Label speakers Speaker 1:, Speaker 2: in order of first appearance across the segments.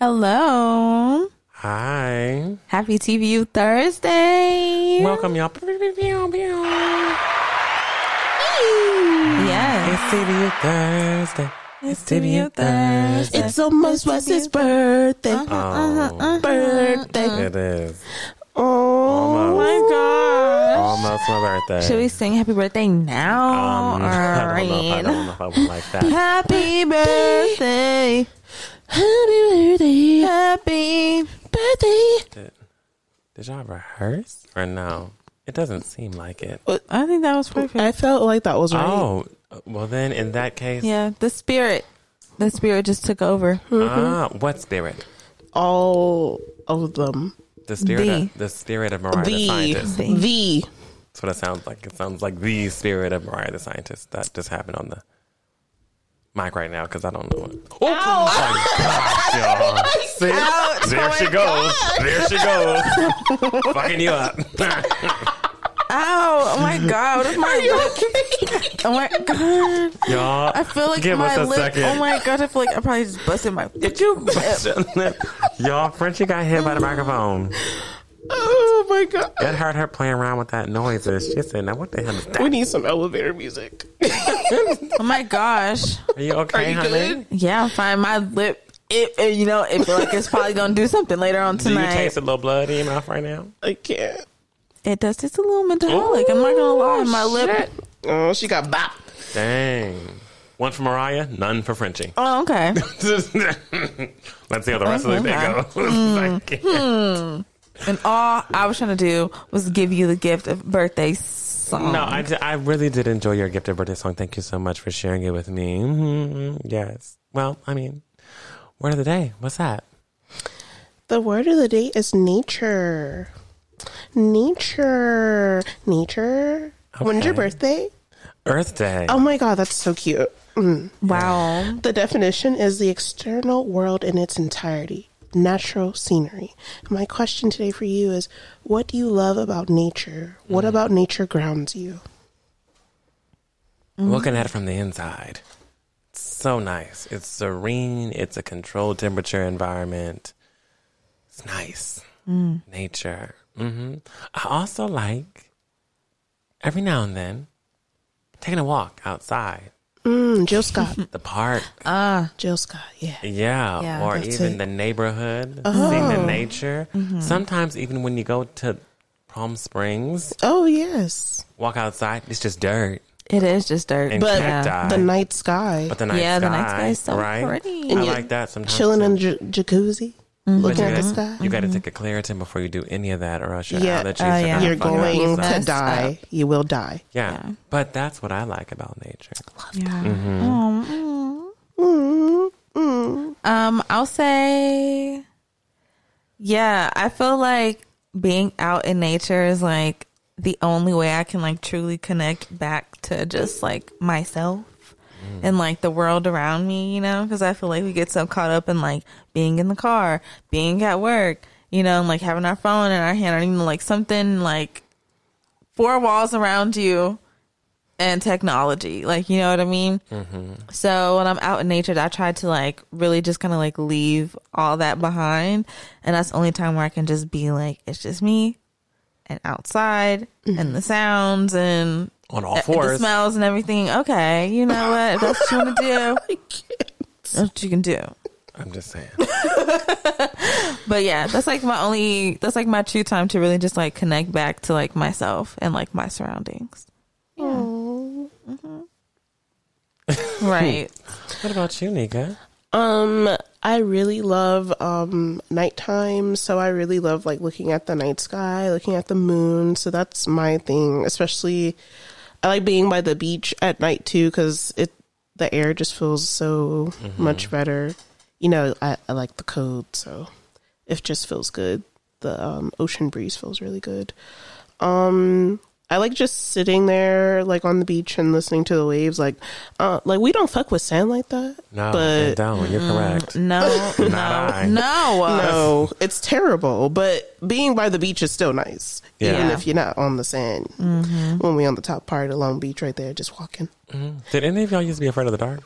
Speaker 1: Hello.
Speaker 2: Hi.
Speaker 1: Happy TVU Thursday.
Speaker 2: Welcome, y'all. It's
Speaker 1: Yes.
Speaker 2: TVU Thursday. It's TVU Thursday.
Speaker 3: It's almost Wes's birthday. Birthday.
Speaker 2: It is
Speaker 3: Oh my god.
Speaker 2: almost my birthday.
Speaker 1: Should we sing happy birthday now?
Speaker 2: Um,
Speaker 1: or
Speaker 2: I don't know. I don't know if I would like that.
Speaker 1: Happy birthday.
Speaker 3: Happy birthday.
Speaker 1: Happy.
Speaker 3: Birthday.
Speaker 2: Did, did y'all rehearse or no? It doesn't seem like it.
Speaker 1: I think that was perfect.
Speaker 3: I felt like that was right.
Speaker 2: Oh, well then, in that case,
Speaker 1: Yeah, the spirit. The spirit just took over.
Speaker 2: ah, what spirit?
Speaker 3: All of them.
Speaker 2: The spirit,
Speaker 1: The.
Speaker 2: Of, the spirit of Mariah the scientist.
Speaker 3: Oh. The. The.
Speaker 2: That's what it sounds like. It sounds like the spirit of Mariah the scientist that just happened on the mic right now because I don't know it. Oh, my gosh, y'all. See? there
Speaker 1: Oh
Speaker 2: she goes. There she goes. Fucking you up.
Speaker 1: Ow, oh my god. What if my lip- Oh my god.
Speaker 2: y'all,
Speaker 1: I feel like
Speaker 2: give
Speaker 1: my
Speaker 2: us a
Speaker 1: lip.
Speaker 2: second.
Speaker 1: Oh my god, I feel like I probably just busted my
Speaker 2: Did you Y'all, Frenchie got hit by the microphone.
Speaker 3: Oh my god.
Speaker 2: It hurt her playing around with that noise. and She said, now what the hell is that?
Speaker 3: We need some elevator music.
Speaker 1: Oh my gosh.
Speaker 2: Are you okay,
Speaker 3: Are you
Speaker 2: honey?
Speaker 3: good?
Speaker 1: Yeah, I'm fine. My lip, it, it- you know, it feel like it's probably gonna do something later on
Speaker 2: Do you
Speaker 1: tonight.
Speaker 2: taste a little blood in your mouth right now?
Speaker 3: I can't.
Speaker 1: it does. It's a little metallic. I'm not gonna lie. My lip.
Speaker 3: Oh, she got bop.
Speaker 2: Dang. One for Mariah, none for Frenchie.
Speaker 1: Oh, okay.
Speaker 2: Let's see how the rest of the day goes. I can't.
Speaker 1: And all I was trying to do was give you the gift of birthday song.
Speaker 2: Hmm. No, I, I really did enjoy your gifted birthday song. Thank you so much for sharing it with me. Mhm, Yes. Well, I mean, word of the day. What's that?
Speaker 3: The word of the day is nature. Nature. Nature. When's your
Speaker 2: Okay.
Speaker 3: birthday?
Speaker 2: Earth Day.
Speaker 3: Oh my god, that's so cute. Mm.
Speaker 1: wow.
Speaker 3: The definition is the external world in its entirety, natural scenery. My question today for you is what do you love about nature? What about nature grounds you?
Speaker 2: Looking at it from the inside. It's so nice. It's serene. It's a controlled temperature environment. It's nice. Nature. hmm I also like every now and then taking a walk outside,
Speaker 3: Mm, Jill Scott.
Speaker 2: the park.
Speaker 3: Jill Scott, yeah.
Speaker 2: Yeah,
Speaker 1: Yeah, Oh.
Speaker 2: or
Speaker 3: that's
Speaker 2: even
Speaker 3: it.
Speaker 2: the neighborhood, seeing the nature.
Speaker 1: Mm-hmm.
Speaker 2: Sometimes even when you go to Palm Springs,
Speaker 3: Oh, yes.
Speaker 2: walk outside, it's just dirt
Speaker 1: It is just dirt.
Speaker 2: and
Speaker 3: But
Speaker 2: cacti.
Speaker 3: The night sky.
Speaker 2: but the night
Speaker 1: Yeah,
Speaker 2: sky,
Speaker 1: the night sky is so
Speaker 2: right?
Speaker 1: pretty.
Speaker 2: I
Speaker 1: And
Speaker 3: you-
Speaker 2: like that sometimes.
Speaker 3: Chilling
Speaker 2: too.
Speaker 3: in the j- jacuzzi,
Speaker 2: But
Speaker 3: looking
Speaker 2: you
Speaker 3: at the
Speaker 2: gotta-
Speaker 3: sky.
Speaker 2: You got to take a Claritin before you do any of that, or else your
Speaker 3: Yeah.
Speaker 2: allergies
Speaker 1: Oh,
Speaker 2: are
Speaker 1: Mm-hmm. yeah.
Speaker 2: gonna
Speaker 3: You're
Speaker 2: fuck you
Speaker 3: going
Speaker 2: up.
Speaker 3: to
Speaker 1: Messed
Speaker 3: die. You will die.
Speaker 2: Yeah.
Speaker 1: Yeah.
Speaker 2: but that's what I like about nature.
Speaker 1: Yeah. Um, Um, I'll say, yeah, I feel like being out in nature is like the only way I can like truly connect back to just like myself. And like the world around me, you know, because I feel like we get so caught up in like being in the car, being at work, you know, and like having our phone in our hand, or even like something like four walls around you and technology. Like, you know what I mean?
Speaker 2: Mm-hmm.
Speaker 1: So when I'm out in nature, I try to like really just kind of like leave all that behind. And that's the only time where I can just be like, it's just me and outside and the sounds and
Speaker 2: On all
Speaker 1: the- the
Speaker 2: fours.
Speaker 1: smells and everything. Okay. You know what? If that's what you want to do, that's what you can do.
Speaker 2: I'm just saying.
Speaker 1: But yeah, that's like my only, that's like my true time to really just like connect back to like myself and like my surroundings. Yeah. hmm right.
Speaker 2: what about you, Nika?
Speaker 3: Um, I really love um nighttime, so I really love like looking at the night sky, looking at the moon. So that's my thing, especially I like being by the beach at night too cuz it the air just feels so much better. You know, I, I like the cold, so it just feels good. The um, ocean breeze feels really good. Um I like just sitting there like on the beach and listening to the waves like uh like we don't fuck with sand like that.
Speaker 2: No,
Speaker 3: but
Speaker 2: I don't. You're correct.
Speaker 1: No, mm, no,
Speaker 2: Not I.
Speaker 1: no.
Speaker 3: no, it's terrible. But being by the beach is still nice,
Speaker 2: Yeah.
Speaker 3: even
Speaker 1: Yeah.
Speaker 3: if you're not on the sand. When we on the top part of Long Beach,
Speaker 2: Mm-hmm.
Speaker 3: right there, just walking.
Speaker 2: Did any of y'all used to be afraid of the dark?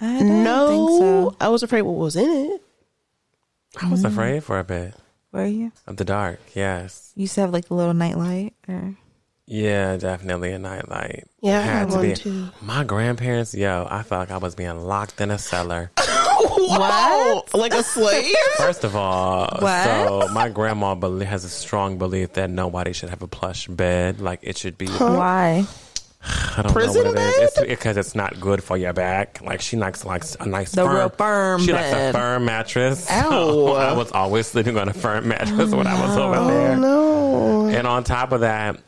Speaker 1: I don't
Speaker 3: no,
Speaker 1: think so.
Speaker 3: I was afraid what was in it.
Speaker 2: I
Speaker 1: Mm.
Speaker 2: was afraid for a bit
Speaker 1: Were you?
Speaker 2: of the dark. Yes.
Speaker 1: You used to have like a little nightlight or
Speaker 2: Yeah, definitely a nightlight.
Speaker 3: Yeah, I
Speaker 2: had
Speaker 3: had
Speaker 2: to be.
Speaker 3: one too.
Speaker 2: My grandparents, yo, I felt like I was being locked in a cellar.
Speaker 3: Wow, like a slave.
Speaker 2: First of all,
Speaker 1: What?
Speaker 2: so my grandma belie- has a strong belief that nobody should have a plush bed. Like it should be.
Speaker 3: Uh.
Speaker 1: why?
Speaker 2: I don't
Speaker 3: Prison
Speaker 2: know what it is. It's because it's not good for your back. Like she likes likes a nice
Speaker 1: The
Speaker 2: firm,
Speaker 1: real firm
Speaker 2: She likes a
Speaker 1: bed.
Speaker 2: firm mattress.
Speaker 3: Ow.
Speaker 2: I was always sleeping on a firm mattress when I was over there.
Speaker 3: no,
Speaker 2: And on top of that,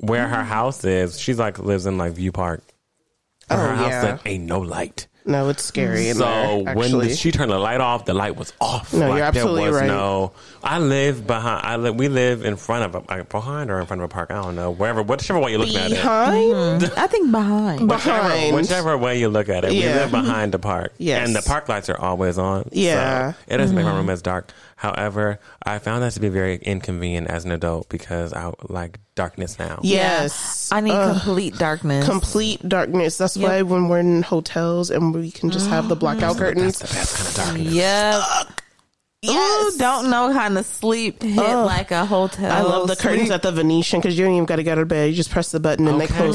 Speaker 2: where
Speaker 3: Mm-hmm.
Speaker 2: her house is, she's like lives in like View Park. And her
Speaker 3: Oh,
Speaker 2: house
Speaker 3: yeah.
Speaker 2: like, ain't no light.
Speaker 3: no, it's scary. In
Speaker 2: So
Speaker 3: there,
Speaker 2: when
Speaker 3: actually.
Speaker 2: the, she turned the light off, the light was off.
Speaker 3: No,
Speaker 2: like,
Speaker 3: you're absolutely
Speaker 2: there was
Speaker 3: right.
Speaker 2: No, I live behind. I live. We live in front of a like, behind or in front of a park. I don't know. Wherever, whichever way you're looking at it.
Speaker 3: behind,
Speaker 1: I think behind.
Speaker 3: behind,
Speaker 2: Whichever, whichever way you look at it, we
Speaker 3: Yeah. Mm-hmm.
Speaker 2: live behind the park.
Speaker 3: Yes.
Speaker 2: And the park lights are always on. so
Speaker 3: Yeah. Mm-hmm.
Speaker 2: it doesn't make my room as dark. However, I found that to be very inconvenient as an adult because I like darkness now.
Speaker 3: yes, Uh.
Speaker 1: I need
Speaker 3: Ugh.
Speaker 1: complete
Speaker 3: Mm-hmm.
Speaker 1: darkness.
Speaker 3: complete darkness. That's
Speaker 1: Yep.
Speaker 3: why when we're in hotels and we can just have the blackout curtains.
Speaker 2: Mm-hmm. That's the best kind of darkness.
Speaker 1: Yep.
Speaker 3: Yes.
Speaker 1: Ooh, don't know how to sleep hit
Speaker 3: Ugh.
Speaker 1: like a hotel.
Speaker 3: Uh. I love the
Speaker 1: sleep.
Speaker 3: curtains at the Venetian because you don't even got to get out of bed. You just press the button and they
Speaker 2: Okay.
Speaker 3: close.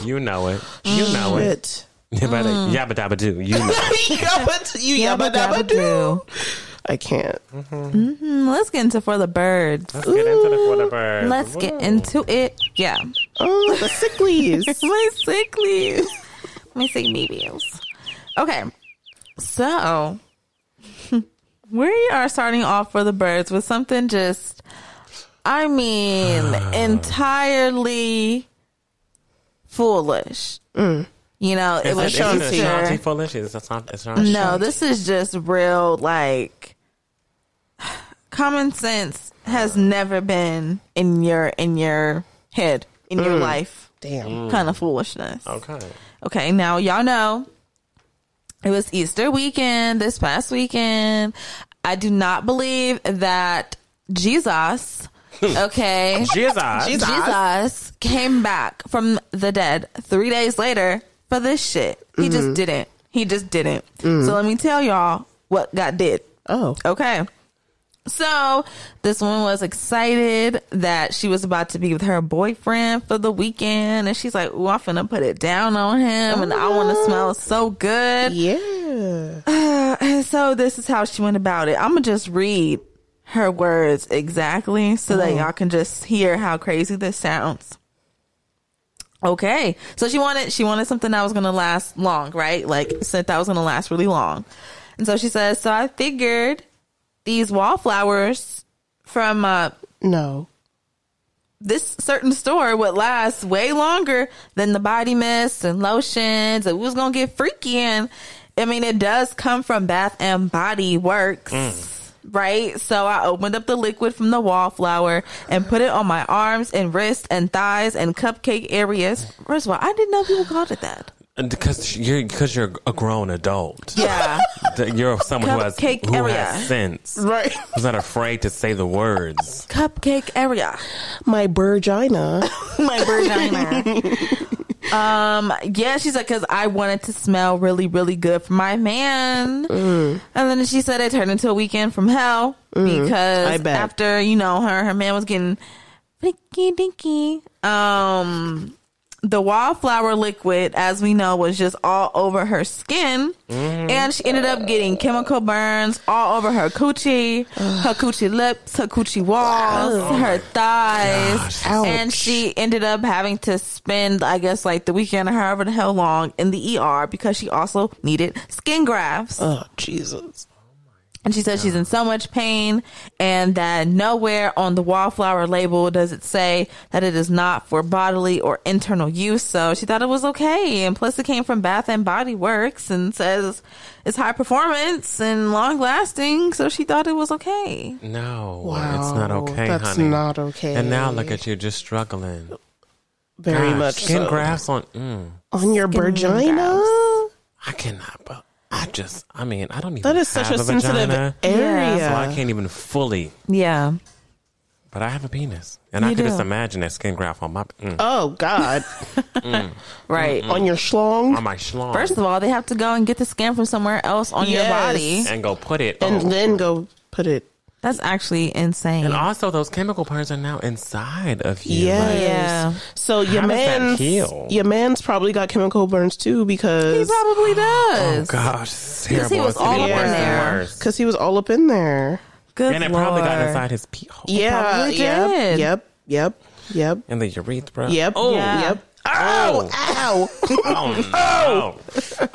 Speaker 3: For-
Speaker 2: You know it. You know
Speaker 3: oh,
Speaker 2: it.
Speaker 3: shit.
Speaker 2: But
Speaker 1: Mm.
Speaker 2: yabba dabba do. You know.
Speaker 3: Yabba- you
Speaker 1: Yeah,
Speaker 3: yabba
Speaker 1: but that
Speaker 3: dabba
Speaker 1: would
Speaker 3: do.
Speaker 1: do.
Speaker 3: I can't.
Speaker 1: Mm, let's get into for the birds.
Speaker 2: Let's get into the quarter bird.
Speaker 1: Let's get into it. Yeah.
Speaker 3: Oh, the sicklies.
Speaker 1: My sick leave. My sick babies. Okay. So we are starting off for the birds with something just I mean entirely foolish. You know, it
Speaker 2: Is
Speaker 1: was
Speaker 2: it, is it
Speaker 1: just
Speaker 2: Ashanti
Speaker 1: her-
Speaker 2: Foolish? Is it Ashan- Ashan-
Speaker 1: No, this is just real like common sense has never been in your in your head in your life
Speaker 3: Damn.
Speaker 1: kind of foolishness.
Speaker 2: Mm. Okay.
Speaker 1: Okay, now y'all know it was Easter weekend this past weekend. I do not believe that Jesus, okay,
Speaker 2: Jesus.
Speaker 1: Jesus came back from the dead three days later for this shit. He just didn't. He just didn't. So let me tell y'all what God did.
Speaker 3: Oh.
Speaker 1: Okay. So this woman was excited that she was about to be with her boyfriend for the weekend, and she's like, "Ooh, I'm finna put it down on him, and I want to smell so good."
Speaker 3: Yeah.
Speaker 1: And so this is how she went about it. I'm gonna just read her words exactly so that y'all can just hear how crazy this sounds. Okay, so she wanted she wanted something that was gonna last long, right? Like scent that was gonna last really long, and so she says, "So I figured these wallflowers from uh,
Speaker 3: No.
Speaker 1: this certain store would last way longer than the body mists and lotions. It was gonna get freaky, and I mean, it does come from Bath and Body Works, right? So I opened up the liquid from the wallflower and put it on my arms and wrists and thighs and cupcake areas. First of all, I didn't know people called it that.
Speaker 2: Because you're because you're a grown adult.
Speaker 1: Yeah,
Speaker 2: That You're someone who has
Speaker 1: Cupcake
Speaker 2: who
Speaker 1: area.
Speaker 2: has sense.
Speaker 3: Right.
Speaker 2: Who's not afraid to say the words.
Speaker 1: cupcake area.
Speaker 3: My burgina.
Speaker 1: my vagina. um, yeah, she's like, because I wanted to smell really, really good for my man.
Speaker 3: Mm.
Speaker 1: And then she said it turned into a weekend from hell
Speaker 3: I
Speaker 1: because
Speaker 3: bet.
Speaker 1: after, you know, her, her man was getting freaky dinky. Um, the wallflower liquid, as we know, was just all over her skin.
Speaker 3: Mm.
Speaker 1: And she ended up getting chemical burns all over her coochie, her coochie lips, her coochie walls, her thighs.
Speaker 3: Ouch.
Speaker 1: And she ended up having to spend, I guess, like the weekend or however the hell long in the ER because she also needed skin grafts.
Speaker 3: Oh, Jesus.
Speaker 1: And she says she's in so much pain and that nowhere on the wallflower label does it say that it is not for bodily or internal use. So she thought it was okay. And plus it came from Bath and Body Works and says it's high performance and long lasting. So she thought it was okay.
Speaker 2: No,
Speaker 3: Wow.
Speaker 2: it's not okay,
Speaker 3: That's
Speaker 2: honey.
Speaker 3: not okay.
Speaker 2: And now look at you, just struggling.
Speaker 3: Very
Speaker 2: Gosh,
Speaker 3: much
Speaker 2: skin
Speaker 3: so.
Speaker 2: grafts on. Mm,
Speaker 3: On your
Speaker 1: Skin
Speaker 3: burgina?
Speaker 2: I cannot. But I just. I mean, I don't even.
Speaker 3: That is such
Speaker 2: have
Speaker 3: a sensitive
Speaker 2: vagina,
Speaker 3: area.
Speaker 1: Yeah.
Speaker 2: So I can't even fully.
Speaker 1: Yeah.
Speaker 2: But But I have a penis, and I
Speaker 1: You
Speaker 2: can just
Speaker 1: do.
Speaker 2: imagine that skin graft on my mm,
Speaker 3: Oh God,
Speaker 1: Right.
Speaker 3: on your schlong,
Speaker 2: on my schlong,
Speaker 1: First of all, they have to go and get the skin from somewhere else on your
Speaker 3: Yes.
Speaker 1: body.
Speaker 2: and go put it.
Speaker 3: and
Speaker 2: on.
Speaker 3: then go put it.
Speaker 1: That's actually insane.
Speaker 2: And also, those chemical parts are now inside of you.
Speaker 3: Yes.
Speaker 2: Like,
Speaker 1: Yeah.
Speaker 3: So your
Speaker 2: How does that
Speaker 3: man's
Speaker 2: heal?
Speaker 3: your man's probably got chemical burns too
Speaker 1: he
Speaker 3: because
Speaker 1: probably
Speaker 2: oh
Speaker 1: does.
Speaker 2: gosh, it's terrible.
Speaker 1: was
Speaker 2: It's getting
Speaker 1: all
Speaker 3: up in
Speaker 2: worse
Speaker 1: there.
Speaker 2: and worse.
Speaker 3: because he was all up in there.
Speaker 1: Good
Speaker 2: And it probably got
Speaker 1: Lord.
Speaker 2: inside his pee hole.
Speaker 3: Yeah.
Speaker 1: probably
Speaker 3: yep,
Speaker 1: did.
Speaker 3: Yep. Yep. Yep.
Speaker 2: And the urethra.
Speaker 3: Yep.
Speaker 2: Oh,
Speaker 1: Yeah.
Speaker 3: Yep. Ow! Ow!
Speaker 2: oh
Speaker 3: Oh
Speaker 2: no.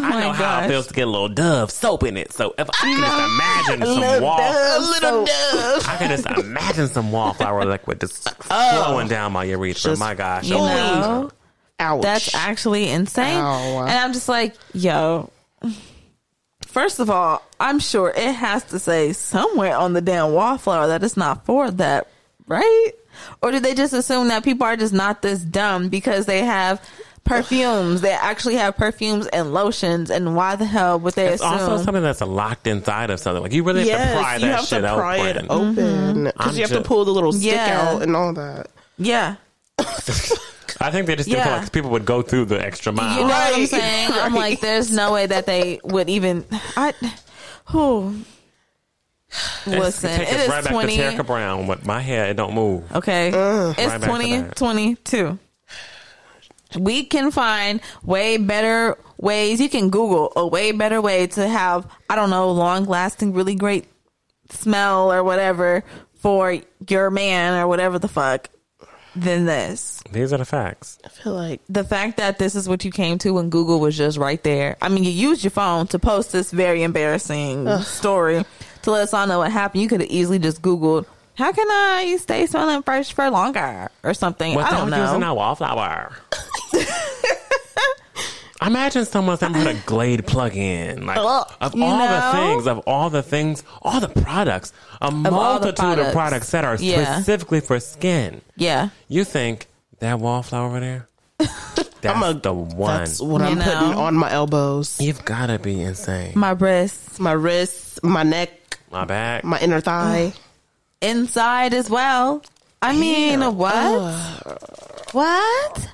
Speaker 2: I know
Speaker 1: my
Speaker 2: how it
Speaker 1: gosh.
Speaker 2: feels to get a little dove soap in it. So if I can just imagine some wall,
Speaker 3: a little dove.
Speaker 2: I can just imagine some wallflower liquid just flowing down my urethra.
Speaker 3: Just
Speaker 2: my gosh.
Speaker 1: You
Speaker 2: Oh,
Speaker 1: know?
Speaker 3: Ouch.
Speaker 1: That's actually insane.
Speaker 3: Ow.
Speaker 1: And I'm just like, yo. First of all, I'm sure it has to say somewhere on the damn wallflower that it's not for that, right? Or do they just assume that people are just not this dumb because they have perfumes? they actually have perfumes and lotions, and why the hell would they
Speaker 2: It's
Speaker 1: assume?
Speaker 2: also something that's locked inside of something. Like you really have to pry
Speaker 3: yes, you
Speaker 2: that
Speaker 3: have
Speaker 2: shit
Speaker 3: to pry
Speaker 2: open.
Speaker 3: it open because
Speaker 2: I'm
Speaker 3: you have to
Speaker 2: just-
Speaker 3: pull the little stick
Speaker 1: Yeah.
Speaker 3: out and all that.
Speaker 1: yeah.
Speaker 2: I think they just didn't
Speaker 1: Yeah.
Speaker 2: feel like people would go through the extra mile.
Speaker 1: You know what I'm
Speaker 3: Right,
Speaker 1: saying? I'm like, there's no way that they would even. I, who? Listen,
Speaker 2: Take
Speaker 1: it
Speaker 2: us
Speaker 1: is
Speaker 2: right back
Speaker 1: twenty.
Speaker 2: to Terica Brown with my hair. It don't move.
Speaker 1: Okay.
Speaker 2: Right back
Speaker 1: it's
Speaker 2: to
Speaker 1: twenty
Speaker 2: that.
Speaker 1: twenty two. We can find way better ways. You can Google a way better way to have, I don't know, long lasting, really great smell or whatever for your man or whatever the fuck than this.
Speaker 2: These are the facts.
Speaker 3: I feel like
Speaker 1: The fact that this is what you came to when Google was just right there. I mean, you used your phone to post this very embarrassing story to let us all know what happened. You could have easily just Googled, how can I stay smelling fresh for longer or something? I don't
Speaker 2: Without using
Speaker 1: know.
Speaker 2: that wallflower. Imagine someone's ever put a Glade plug in. Like
Speaker 1: Ugh,
Speaker 2: of all
Speaker 1: Oh, you know?
Speaker 2: the things, of all the things, all the products, a
Speaker 1: all the
Speaker 2: multitude of
Speaker 1: products.
Speaker 2: products that are
Speaker 1: Yeah.
Speaker 2: specifically for skin.
Speaker 1: Yeah.
Speaker 2: You think that wallflower over there? That's
Speaker 3: a-
Speaker 2: the one.
Speaker 3: that's what
Speaker 1: You
Speaker 3: I'm putting
Speaker 1: know?
Speaker 3: on my elbows,
Speaker 2: You've gotta be insane.
Speaker 1: My breasts
Speaker 3: my wrists, my neck,
Speaker 2: My back.
Speaker 3: my inner thigh.
Speaker 1: inside as well. I mean, what? what?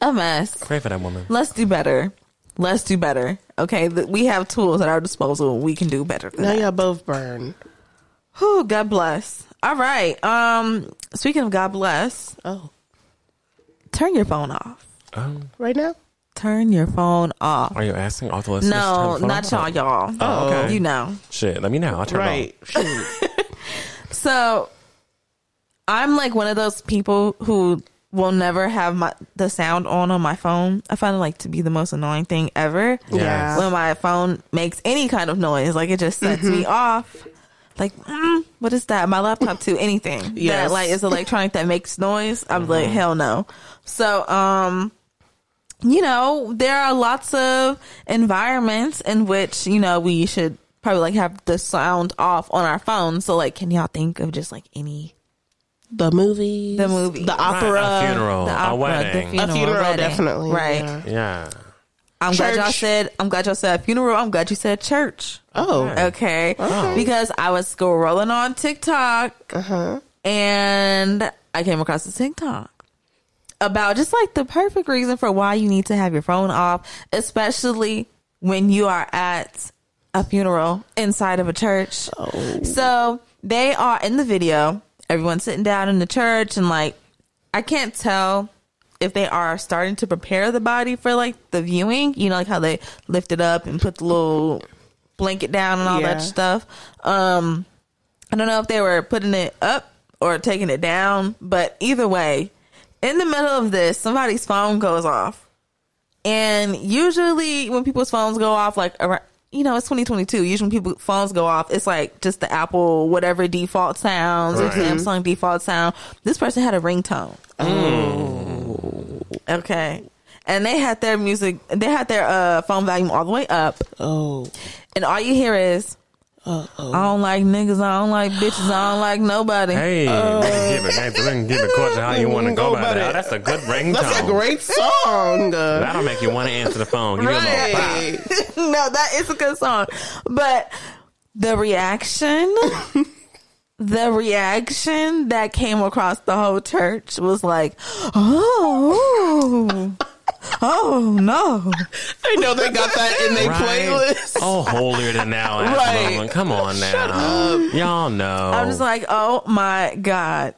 Speaker 1: A mess.
Speaker 2: Pray for that woman.
Speaker 1: Let's do better. Let's do better. Okay. Th- We have tools at our disposal. We can do better. Than
Speaker 3: Now
Speaker 1: that.
Speaker 3: y'all both burn.
Speaker 1: Whew, God bless. All right. Um, speaking of God bless,
Speaker 3: Oh,
Speaker 1: turn your phone off.
Speaker 2: Oh,
Speaker 3: right now.
Speaker 1: Turn your phone off.
Speaker 2: are you asking all the listeners?
Speaker 1: No,
Speaker 2: to turn the
Speaker 1: not
Speaker 2: phone
Speaker 1: y'all,
Speaker 2: off?
Speaker 1: y'all.
Speaker 2: Oh, okay.
Speaker 1: You know.
Speaker 2: Shit, let me know. I'll turn it
Speaker 3: Right. Shoot.
Speaker 1: So I'm like one of those people who will never have my the sound on on my phone. I find it like to be the most annoying thing ever.
Speaker 2: Yes.
Speaker 3: Yeah.
Speaker 1: When my phone makes any kind of noise, like it just sets me
Speaker 3: Mm-hmm.
Speaker 1: off. Like, mm, what is that? My laptop too? Anything
Speaker 3: Yes. Mm-hmm.
Speaker 1: that like is electronic that makes noise? I'm like, hell no. So, um, you know, there are lots of environments in which, you know, we should probably like have the sound off on our phone. So like, can y'all think of just like any,
Speaker 3: the movies,
Speaker 1: The movies.
Speaker 3: the
Speaker 2: Right,
Speaker 3: opera,
Speaker 2: a funeral,
Speaker 1: the opera,
Speaker 2: a
Speaker 1: the
Speaker 2: wedding.
Speaker 1: funeral,
Speaker 3: a funeral,
Speaker 1: wedding.
Speaker 3: definitely.
Speaker 1: Right.
Speaker 3: yeah.
Speaker 2: yeah.
Speaker 1: I'm glad y'all
Speaker 3: Church.
Speaker 1: said, I'm glad y'all said funeral. I'm glad you said church.
Speaker 3: Oh,
Speaker 2: Okay.
Speaker 1: Okay. Because I was scrolling on TikTok and I came across a TikTok about just like the perfect reason for why you need to have your phone off, especially when you are at a funeral inside of a church. So they are in the video, everyone's sitting down in the church and like I can't tell if they are starting to prepare the body for like the viewing, you know, like how they lift it up and put the little blanket down and all
Speaker 3: Yeah.
Speaker 1: that stuff. Um, I don't know if they were putting it up or taking it down, but either way, in the middle of this, somebody's phone goes off. And usually when people's phones go off, like around, you know, it's 2022. Usually when people phones go off, it's like just the Apple whatever default sounds or
Speaker 2: Right.
Speaker 1: Samsung default sound. This person had a ringtone. Okay. And they had their music, they had their uh, phone volume all the way up.
Speaker 3: oh,
Speaker 1: And all you hear is, I don't like niggas, I don't like bitches, I don't like nobody.
Speaker 2: Hey,
Speaker 3: Uh,
Speaker 2: we can give it, hey, we can give it court to how you want to go, about that. That's a good ringtone.
Speaker 3: that's a great song. Uh,
Speaker 2: That'll make you want to answer the phone. You right. little bop.
Speaker 3: right.
Speaker 1: no, that is a good song. But the reaction the reaction that came across the whole church was like, oh, oh no.
Speaker 3: I know they got that in their
Speaker 2: Right?
Speaker 3: playlist.
Speaker 2: Oh, holier than now. ass
Speaker 3: Right.
Speaker 2: moment. Come on now. Y'all know.
Speaker 1: I'm just like, oh my God.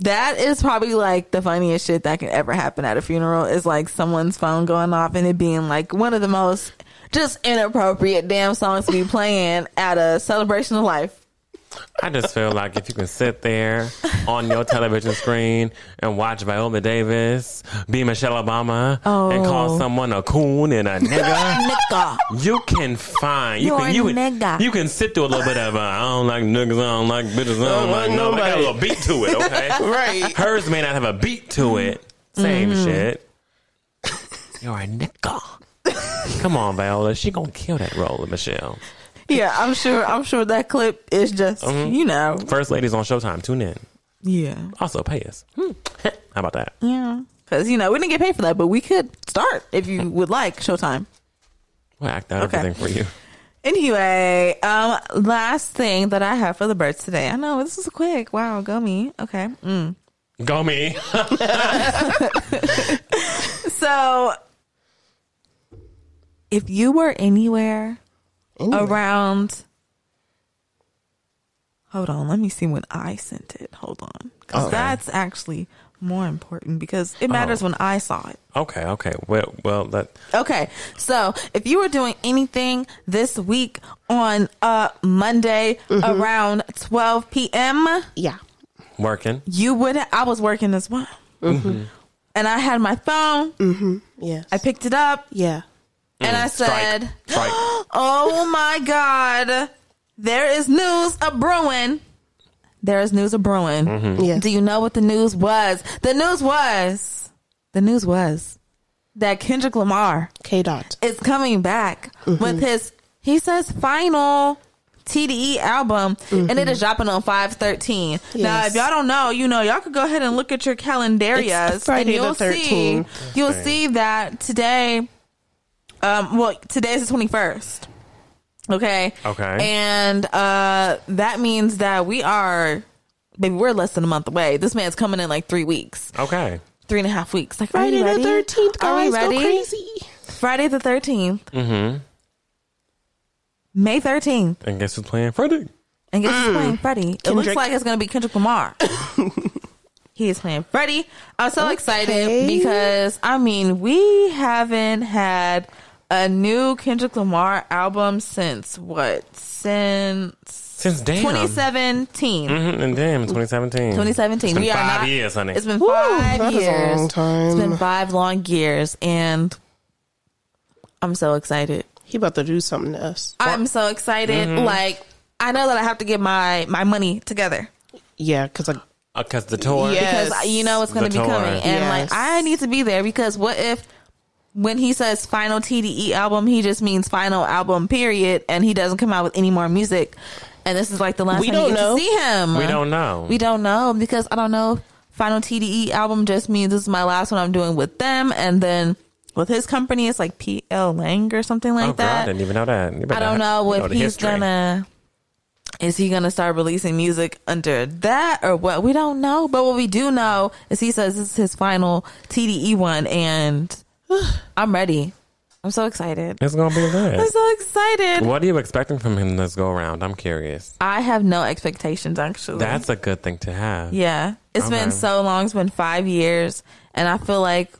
Speaker 1: That is probably like the funniest shit that can ever happen at a funeral is like someone's phone going off and it being like one of the most just inappropriate damn songs to be playing at a celebration of life.
Speaker 2: I just feel like if you can sit there on your television screen and watch Viola Davis be Michelle Obama
Speaker 1: Oh.
Speaker 2: and call someone a coon and a nigga,
Speaker 1: Nigga.
Speaker 2: you can find you
Speaker 1: You're
Speaker 2: can
Speaker 1: a
Speaker 2: you, would-
Speaker 1: nigga.
Speaker 2: you can sit through a little bit of a, I don't like niggas, I don't like bitches, I don't like no. I got a little beat to it, okay?
Speaker 3: Right.
Speaker 2: Hers may not have a beat to it. Same
Speaker 1: Mm-hmm.
Speaker 2: shit. You're a nigga. Come on, Viola. She gonna kill that role of Michelle.
Speaker 1: Yeah, I'm sure. I'm sure that clip is just you know.
Speaker 2: First ladies on Showtime. Tune in.
Speaker 1: Yeah,
Speaker 2: Also, pay us. Hmm. How about that?
Speaker 1: yeah. Because you know we didn't get paid for that, but we could start if you would like Showtime.
Speaker 2: We'll act out
Speaker 1: Okay.
Speaker 2: everything for you.
Speaker 1: Anyway, um, last thing that I have for the birds today. I know this is quick. Wow, go me. Okay. Mm.
Speaker 2: Go me.
Speaker 1: So, if you were anywhere around, hold on, let me see when I sent it. Hold on, because
Speaker 2: Okay.
Speaker 1: that's actually more important because it matters when I saw it.
Speaker 2: Okay, okay. Well, well, that
Speaker 1: Okay, so if you were doing anything this week on uh, Monday around 12 p.m.,
Speaker 3: Yeah.
Speaker 2: working.
Speaker 1: you would. I was working as well, Mm-hmm. and I had my phone.
Speaker 3: Yeah.
Speaker 1: I picked it up
Speaker 3: yeah.
Speaker 1: and I
Speaker 2: Strike.
Speaker 1: said,
Speaker 2: Strike.
Speaker 1: "Oh my God, there is news a brewing. There is news a brewing.
Speaker 3: Yeah.
Speaker 1: Do you know what the news was? The news was. The news was." That Kendrick Lamar
Speaker 3: K dot.
Speaker 1: is coming back
Speaker 3: Mm-hmm.
Speaker 1: with his he says final TDE album and it is dropping on 513. Now
Speaker 3: Mm-hmm. Yes.
Speaker 1: if y'all don't know, you know, y'all could go ahead and look at your calendarias
Speaker 3: It's Friday
Speaker 1: and
Speaker 3: the
Speaker 1: you'll see
Speaker 3: 13th.
Speaker 1: you'll see that today um well today's the 21st. Okay.
Speaker 2: Okay.
Speaker 1: And uh that means that we are maybe we're less than a month away. This man's coming in like three weeks,
Speaker 2: Okay.
Speaker 1: three and a half weeks. Like
Speaker 3: Friday the thirteenth,
Speaker 1: Are we
Speaker 3: guys, go
Speaker 1: ready?
Speaker 3: crazy.
Speaker 1: Friday the 13th.
Speaker 3: Mm-hmm.
Speaker 1: May 13th.
Speaker 2: And guess who's playing Freddy?
Speaker 1: And guess who's playing Freddie? It looks
Speaker 3: Mm. Kendrick.
Speaker 1: like it's going to be Kendrick Lamar. he is playing Freddie. I'm so excited
Speaker 3: Okay.
Speaker 1: because, I mean, we haven't had a new Kendrick Lamar album since what? Since
Speaker 2: Since damn.
Speaker 1: 2017.
Speaker 2: Mhm, And damn, 2017.
Speaker 1: 2017.
Speaker 2: It's been
Speaker 1: we are
Speaker 2: five
Speaker 1: not,
Speaker 2: years, honey.
Speaker 1: It's been
Speaker 3: Woo,
Speaker 1: five
Speaker 3: that is a
Speaker 1: years.
Speaker 3: long time.
Speaker 1: It's been five long years, and I'm so excited.
Speaker 3: He about to do something to us.
Speaker 1: I'm so excited.
Speaker 2: Mm-hmm.
Speaker 1: Like I know that I have to get my my money together
Speaker 3: Yeah, because like
Speaker 2: Because Uh, the tour.
Speaker 3: Yeah.
Speaker 1: because
Speaker 3: Yes.
Speaker 1: you know it's going
Speaker 2: The
Speaker 1: to be
Speaker 2: tour.
Speaker 1: coming, and
Speaker 3: Yes.
Speaker 1: like I need to be there because what if when he says final TDE album, he just means final album period, and he doesn't come out with any more music, and this is like the last
Speaker 3: We
Speaker 1: time you
Speaker 3: don't
Speaker 1: get
Speaker 3: know.
Speaker 1: to see him.
Speaker 2: We don't know.
Speaker 1: We don't know because I don't know. if Final TDE album just means this is my last one I'm doing with them, and then with his company, it's like PL Lang or something like
Speaker 2: oh, God,
Speaker 1: that.
Speaker 2: I didn't even know that. You
Speaker 1: I
Speaker 2: better
Speaker 1: don't know if
Speaker 2: the
Speaker 1: he's
Speaker 2: history.
Speaker 1: gonna. Is he gonna start releasing music under that or what? We don't know. But what we do know is he says this is his final TDE one, and I'm ready. I'm so excited.
Speaker 2: It's going to be
Speaker 1: I'm
Speaker 2: good.
Speaker 1: so excited.
Speaker 2: What are you expecting from him this go around? I'm curious.
Speaker 1: I have no expectations actually.
Speaker 2: That's a good thing to have.
Speaker 1: yeah. It's been
Speaker 2: Okay.
Speaker 1: so long. It's been five years, and I feel like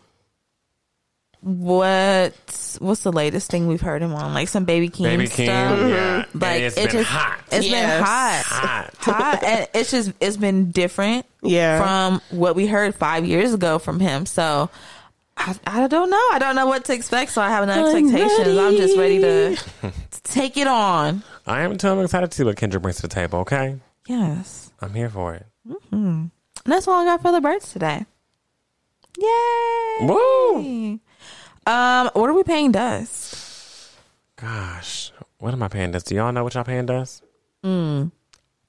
Speaker 1: what what's the latest thing we've heard him on? Like some Baby Keem
Speaker 2: Baby
Speaker 1: stuff.
Speaker 2: King. Yeah.
Speaker 1: Like
Speaker 2: and it's
Speaker 1: Mm-hmm. it
Speaker 2: been
Speaker 1: just,
Speaker 2: hot.
Speaker 1: It's
Speaker 3: Yes.
Speaker 1: been hot.
Speaker 2: hot.
Speaker 1: Hot, and it's just it's been different
Speaker 3: yeah,
Speaker 1: from what we heard five years ago from him. So I, I don't know. I don't know what to expect. So I have no
Speaker 3: I'm
Speaker 1: expectations. I'm just ready to
Speaker 3: ready.
Speaker 1: to take it on.
Speaker 2: I am too. I'm excited to see what Kendra brings to the table, okay?
Speaker 1: Yes,
Speaker 2: I'm here for it.
Speaker 1: and that's all I got for the birds today. Yay!
Speaker 2: Woo!
Speaker 1: Um, what are we paying dust?
Speaker 2: Gosh, what am I paying us? Do y'all know what y'all paying us?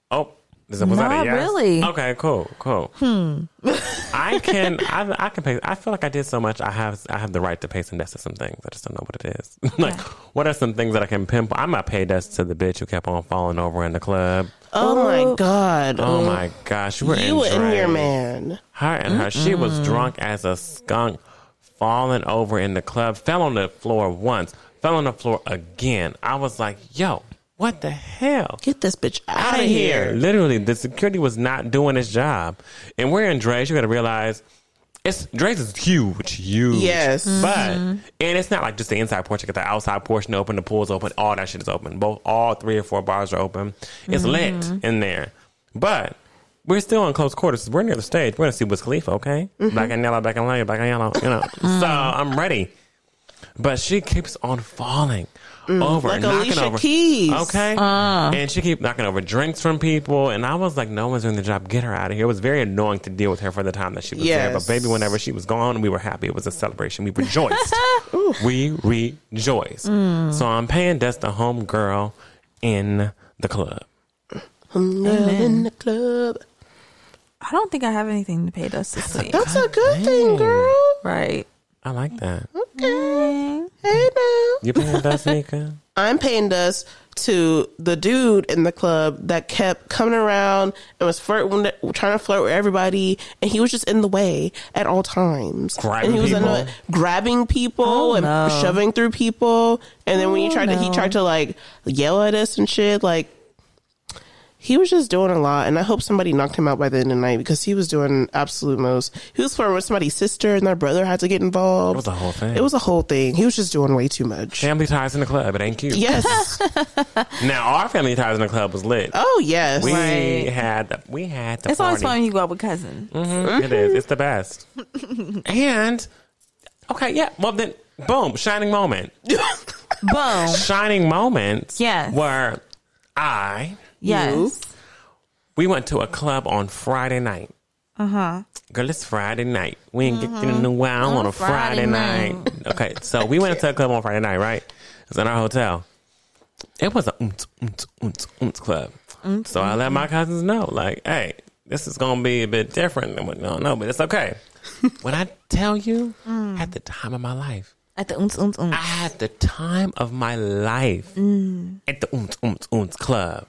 Speaker 2: Oh, is it, was that
Speaker 1: Mm. Not
Speaker 2: a yes?
Speaker 1: really.
Speaker 2: Okay, cool, cool. Hmm. I can, I, I can pay. I feel like I did so much. I have, I have the right to pay some dust to some things. I just don't know what it is. like, what are some things that I can pimp? I might pay dust to the bitch who kept on falling over in the club.
Speaker 3: Oh, my god.
Speaker 2: Oh my gosh, we were
Speaker 3: you
Speaker 2: in
Speaker 3: and your
Speaker 2: Dre.
Speaker 3: man.
Speaker 2: Her and her, she was drunk as a skunk, falling over in the club, fell on the floor once, fell on the floor again. I was like, yo, what the hell?
Speaker 3: Get this bitch out
Speaker 2: Outta
Speaker 3: of here.
Speaker 2: Literally, the security was not doing its job. And we're in Dre's, you gotta realize it's Dre's is huge, huge.
Speaker 3: Yes.
Speaker 2: But and it's not like just the inside portion, because the outside portion open, the pool's open, all that shit is open. Both all three or four bars are open. It's lit in there. But we're still on close quarters. We're near the stage. We're gonna see what's Khalifa, okay?
Speaker 3: Mm-hmm.
Speaker 2: Black and yellow, black and yellow, black and yellow, you know. so I'm ready. But she keeps on falling over,
Speaker 3: Mm. Like
Speaker 2: knocking
Speaker 3: Alicia
Speaker 2: over.
Speaker 3: Keys.
Speaker 2: Okay. and she keep knocking over drinks from people. And I was like, no one's doing the job. Get her out of here. It was very annoying to deal with her for the time that she was there. But
Speaker 3: Yes.
Speaker 2: baby, whenever she was gone, we were happy. It was a celebration. We rejoiced. we rejoiced.
Speaker 1: Mm.
Speaker 2: So I'm paying That's the home girl in the club.
Speaker 3: Love in the club.
Speaker 1: I don't think I have anything to pay us this week.
Speaker 3: That's a good thing,
Speaker 2: dang.
Speaker 3: girl.
Speaker 1: Right. Mm-hmm.
Speaker 2: I like that.
Speaker 3: Okay. Hey now.
Speaker 2: You paying Dust, Nika?
Speaker 3: I'm paying us to the dude in the club that kept coming around and was flirting, trying to flirt with everybody, and he was just in the way at all times.
Speaker 2: Grabbing
Speaker 3: and he was
Speaker 2: people.
Speaker 3: annoying- grabbing people
Speaker 1: Oh,
Speaker 3: and
Speaker 1: no.
Speaker 3: shoving through people. And then when you
Speaker 1: Oh,
Speaker 3: tried to, he
Speaker 1: no.
Speaker 3: tried to like yell at us and shit. Like he was just doing a lot, and I hope somebody knocked him out by the end of the night because he was doing absolute most. He was flirting with somebody's sister, and their brother had to get involved.
Speaker 2: It was a whole thing.
Speaker 3: It was a whole thing. He was just doing way too much.
Speaker 2: Family ties in the club. It ain't cute.
Speaker 3: Yes.
Speaker 2: Now our family ties in the club was lit.
Speaker 3: Oh yes.
Speaker 2: we
Speaker 1: Right.
Speaker 2: had the, we had the
Speaker 1: It's always fun
Speaker 2: party.
Speaker 1: when you go out with cousins.
Speaker 2: Mhm, it is. It's the best. and okay, yeah. Well then, boom, shining moment.
Speaker 1: Boom.
Speaker 2: Shining moments.
Speaker 1: Yes.
Speaker 2: Were I?
Speaker 1: Yes.
Speaker 2: We went to a club on Friday night. Uh huh. Girl, it's Friday night. We ain't getting in the wild on,
Speaker 1: On
Speaker 2: a Friday,
Speaker 1: Friday
Speaker 2: night. Okay, so we went to a club on Friday night, right? It's in our hotel. It was a oomph, oomph, oomph, oomph club. so I let my cousins know, like, hey, this is gonna be a bit different than what no, no, but it's okay. when I tell you, at the time of my life,
Speaker 1: At the oomps, oomps,
Speaker 2: I
Speaker 1: oomps.
Speaker 2: had the time of my life at the oomph, oomph, oomph club.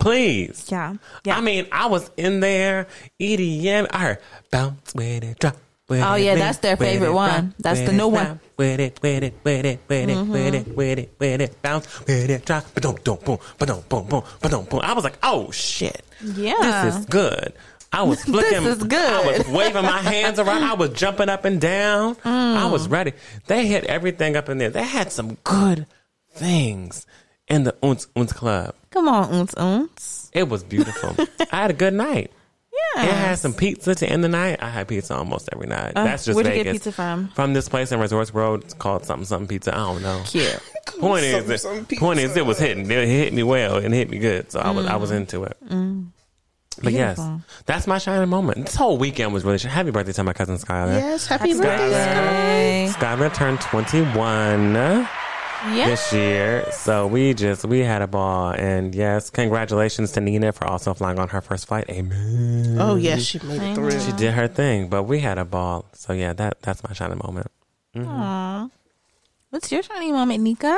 Speaker 2: Please.
Speaker 1: Yeah. Yeah.
Speaker 2: I mean, I was in there EDM. I heard bounce with it, drop with it.
Speaker 1: Oh, yeah, that's their
Speaker 2: with it,
Speaker 1: favorite
Speaker 2: rock
Speaker 1: one. That's
Speaker 2: with
Speaker 1: the
Speaker 2: it,
Speaker 1: new one. Mm-hmm.
Speaker 2: down With it, with it, with it, with it, with it, with it, with it, bounce with it, drop. But don't, don't, boom, but don't, boom, boom, but don't, boom. I was like, oh shit,
Speaker 1: Yeah.
Speaker 2: this is good. I was flicking.
Speaker 1: is good.
Speaker 2: I was waving my hands around. I was jumping up and down. I was
Speaker 1: Mm.
Speaker 2: ready. They had everything up in there. They had some good things in the Unz Unz Club.
Speaker 1: Come on, oomps, oomps.
Speaker 2: It was beautiful. I had a good night.
Speaker 1: Yeah.
Speaker 2: And I had some pizza to end the night. I had pizza almost every night.
Speaker 1: Oh,
Speaker 2: That's just
Speaker 1: where'd you
Speaker 2: Vegas.
Speaker 1: get pizza from?
Speaker 2: From this place in Resorts World it's called something something pizza. I don't know.
Speaker 1: Cute.
Speaker 2: Point
Speaker 3: Something,
Speaker 2: is,
Speaker 3: something
Speaker 2: point is,
Speaker 3: pizza.
Speaker 2: it was hitting. It hit me well and hit me good. So I was I was into it. But yes,
Speaker 1: Mm. Beautiful.
Speaker 2: that's my shining moment. This whole weekend was really. Sh- Happy birthday to my cousin Skylar.
Speaker 3: Yes, happy
Speaker 1: birthday.
Speaker 3: birthday.
Speaker 2: Skylar turned twenty one
Speaker 1: Yeah.
Speaker 2: this year. So we just we had a ball and yes, congratulations to Nina for also flying on her first flight. Amen.
Speaker 3: Oh yes, she made it through.
Speaker 2: She did her thing, but we had a ball. So yeah, that that's my shining moment.
Speaker 1: Aw. What's your shining moment, Nika?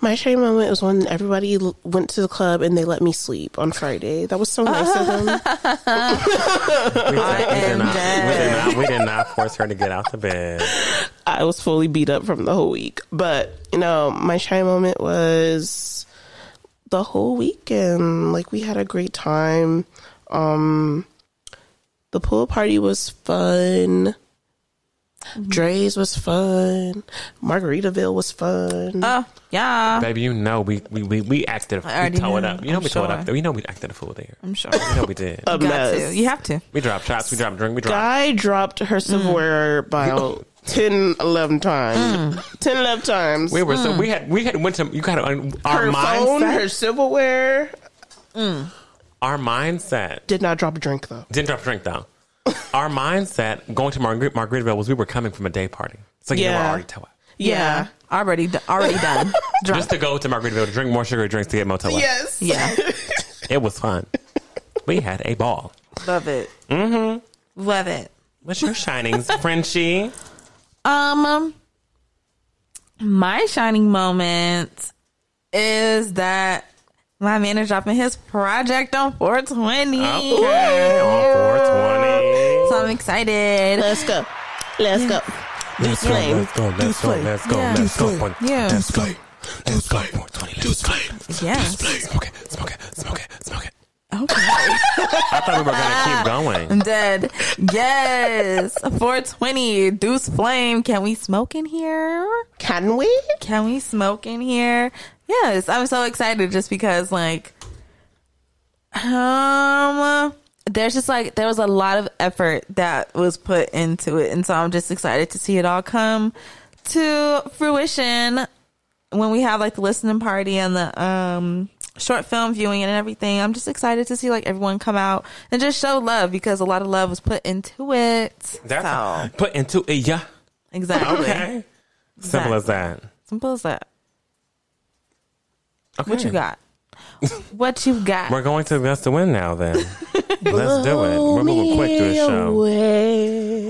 Speaker 3: My shame moment was when everybody l- went to the club and they let me sleep on Friday. That was so nice of them.
Speaker 2: We, we, did
Speaker 1: am
Speaker 2: not, we did
Speaker 1: dead.
Speaker 2: not we did not force her to get out to bed.
Speaker 3: I was fully beat up from the whole week, but you know, my shine moment was the whole weekend. Like we had a great time. Um the pool party was fun.
Speaker 1: Mm-hmm.
Speaker 3: Dre's was fun. Margaritaville was fun.
Speaker 1: Oh, yeah.
Speaker 2: Baby, you know we we we, we acted
Speaker 1: I
Speaker 2: we
Speaker 1: already
Speaker 2: tore it
Speaker 1: know.
Speaker 2: up. You know
Speaker 1: I'm
Speaker 2: we tore it up.
Speaker 1: sure.
Speaker 2: You know we acted a fool there.
Speaker 1: I'm sure.
Speaker 2: You know we did.
Speaker 3: A
Speaker 1: You got
Speaker 3: mess.
Speaker 1: to. You have to.
Speaker 2: We dropped shots, we dropped drink, we dropped
Speaker 3: guy dropped her silverware about 10 11 times 10 11 times
Speaker 2: we were so we had we had went to you got our
Speaker 3: her phone
Speaker 2: mindset
Speaker 3: her silverware
Speaker 2: our mindset
Speaker 3: did not drop a drink though
Speaker 2: Didn't drop a drink though. Our mindset going to Margaret Margaritaville was we were coming from a day party, so you know
Speaker 3: Yeah.
Speaker 2: we're already towed.
Speaker 3: yeah,
Speaker 1: Already, do- already done. Drunk.
Speaker 2: Just to go to Margaritaville to drink more sugary drinks to get motel. wet.
Speaker 3: yes
Speaker 1: yeah.
Speaker 2: it was fun. We had a ball.
Speaker 1: Love it. Mm-hmm. Love it.
Speaker 2: What's your shinings, Frenchie?
Speaker 1: Um, my shining moment is that My man is dropping his project on 420.
Speaker 2: Okay, on 420.
Speaker 1: So I'm excited.
Speaker 3: Let's go. Let's go.
Speaker 2: Let's go,
Speaker 3: Flame.
Speaker 2: let's go, let's go, let's go,
Speaker 1: Yeah.
Speaker 2: let's go. Point-
Speaker 1: Yeah.
Speaker 2: Let's play. Let's play. 420, let's play.
Speaker 1: Yeah.
Speaker 2: Let's play. Smoke it, smoke it, smoke it, smoke it.
Speaker 1: Okay.
Speaker 2: I thought we were going to keep going.
Speaker 1: I'm dead. Yes. 420. Deuce Flame. Can we smoke in here?
Speaker 3: Can we?
Speaker 1: Can we smoke in here? Yes. I'm so excited just because, like, um, there's just like, there was a lot of effort that was put into it. And so I'm just excited to see it all come to fruition when we have like the listening party and the um short film viewing and everything i'm just excited to see like everyone come out and just show love because a lot of love was put into it
Speaker 2: That's
Speaker 1: so
Speaker 2: put into it. Yeah.
Speaker 1: exactly
Speaker 2: Okay. Simple as that.
Speaker 1: simple as that
Speaker 2: Okay.
Speaker 1: what you got what you got
Speaker 2: We're going to Guess to Win now then. Let's do it. We're moving quick to a show.
Speaker 3: Away.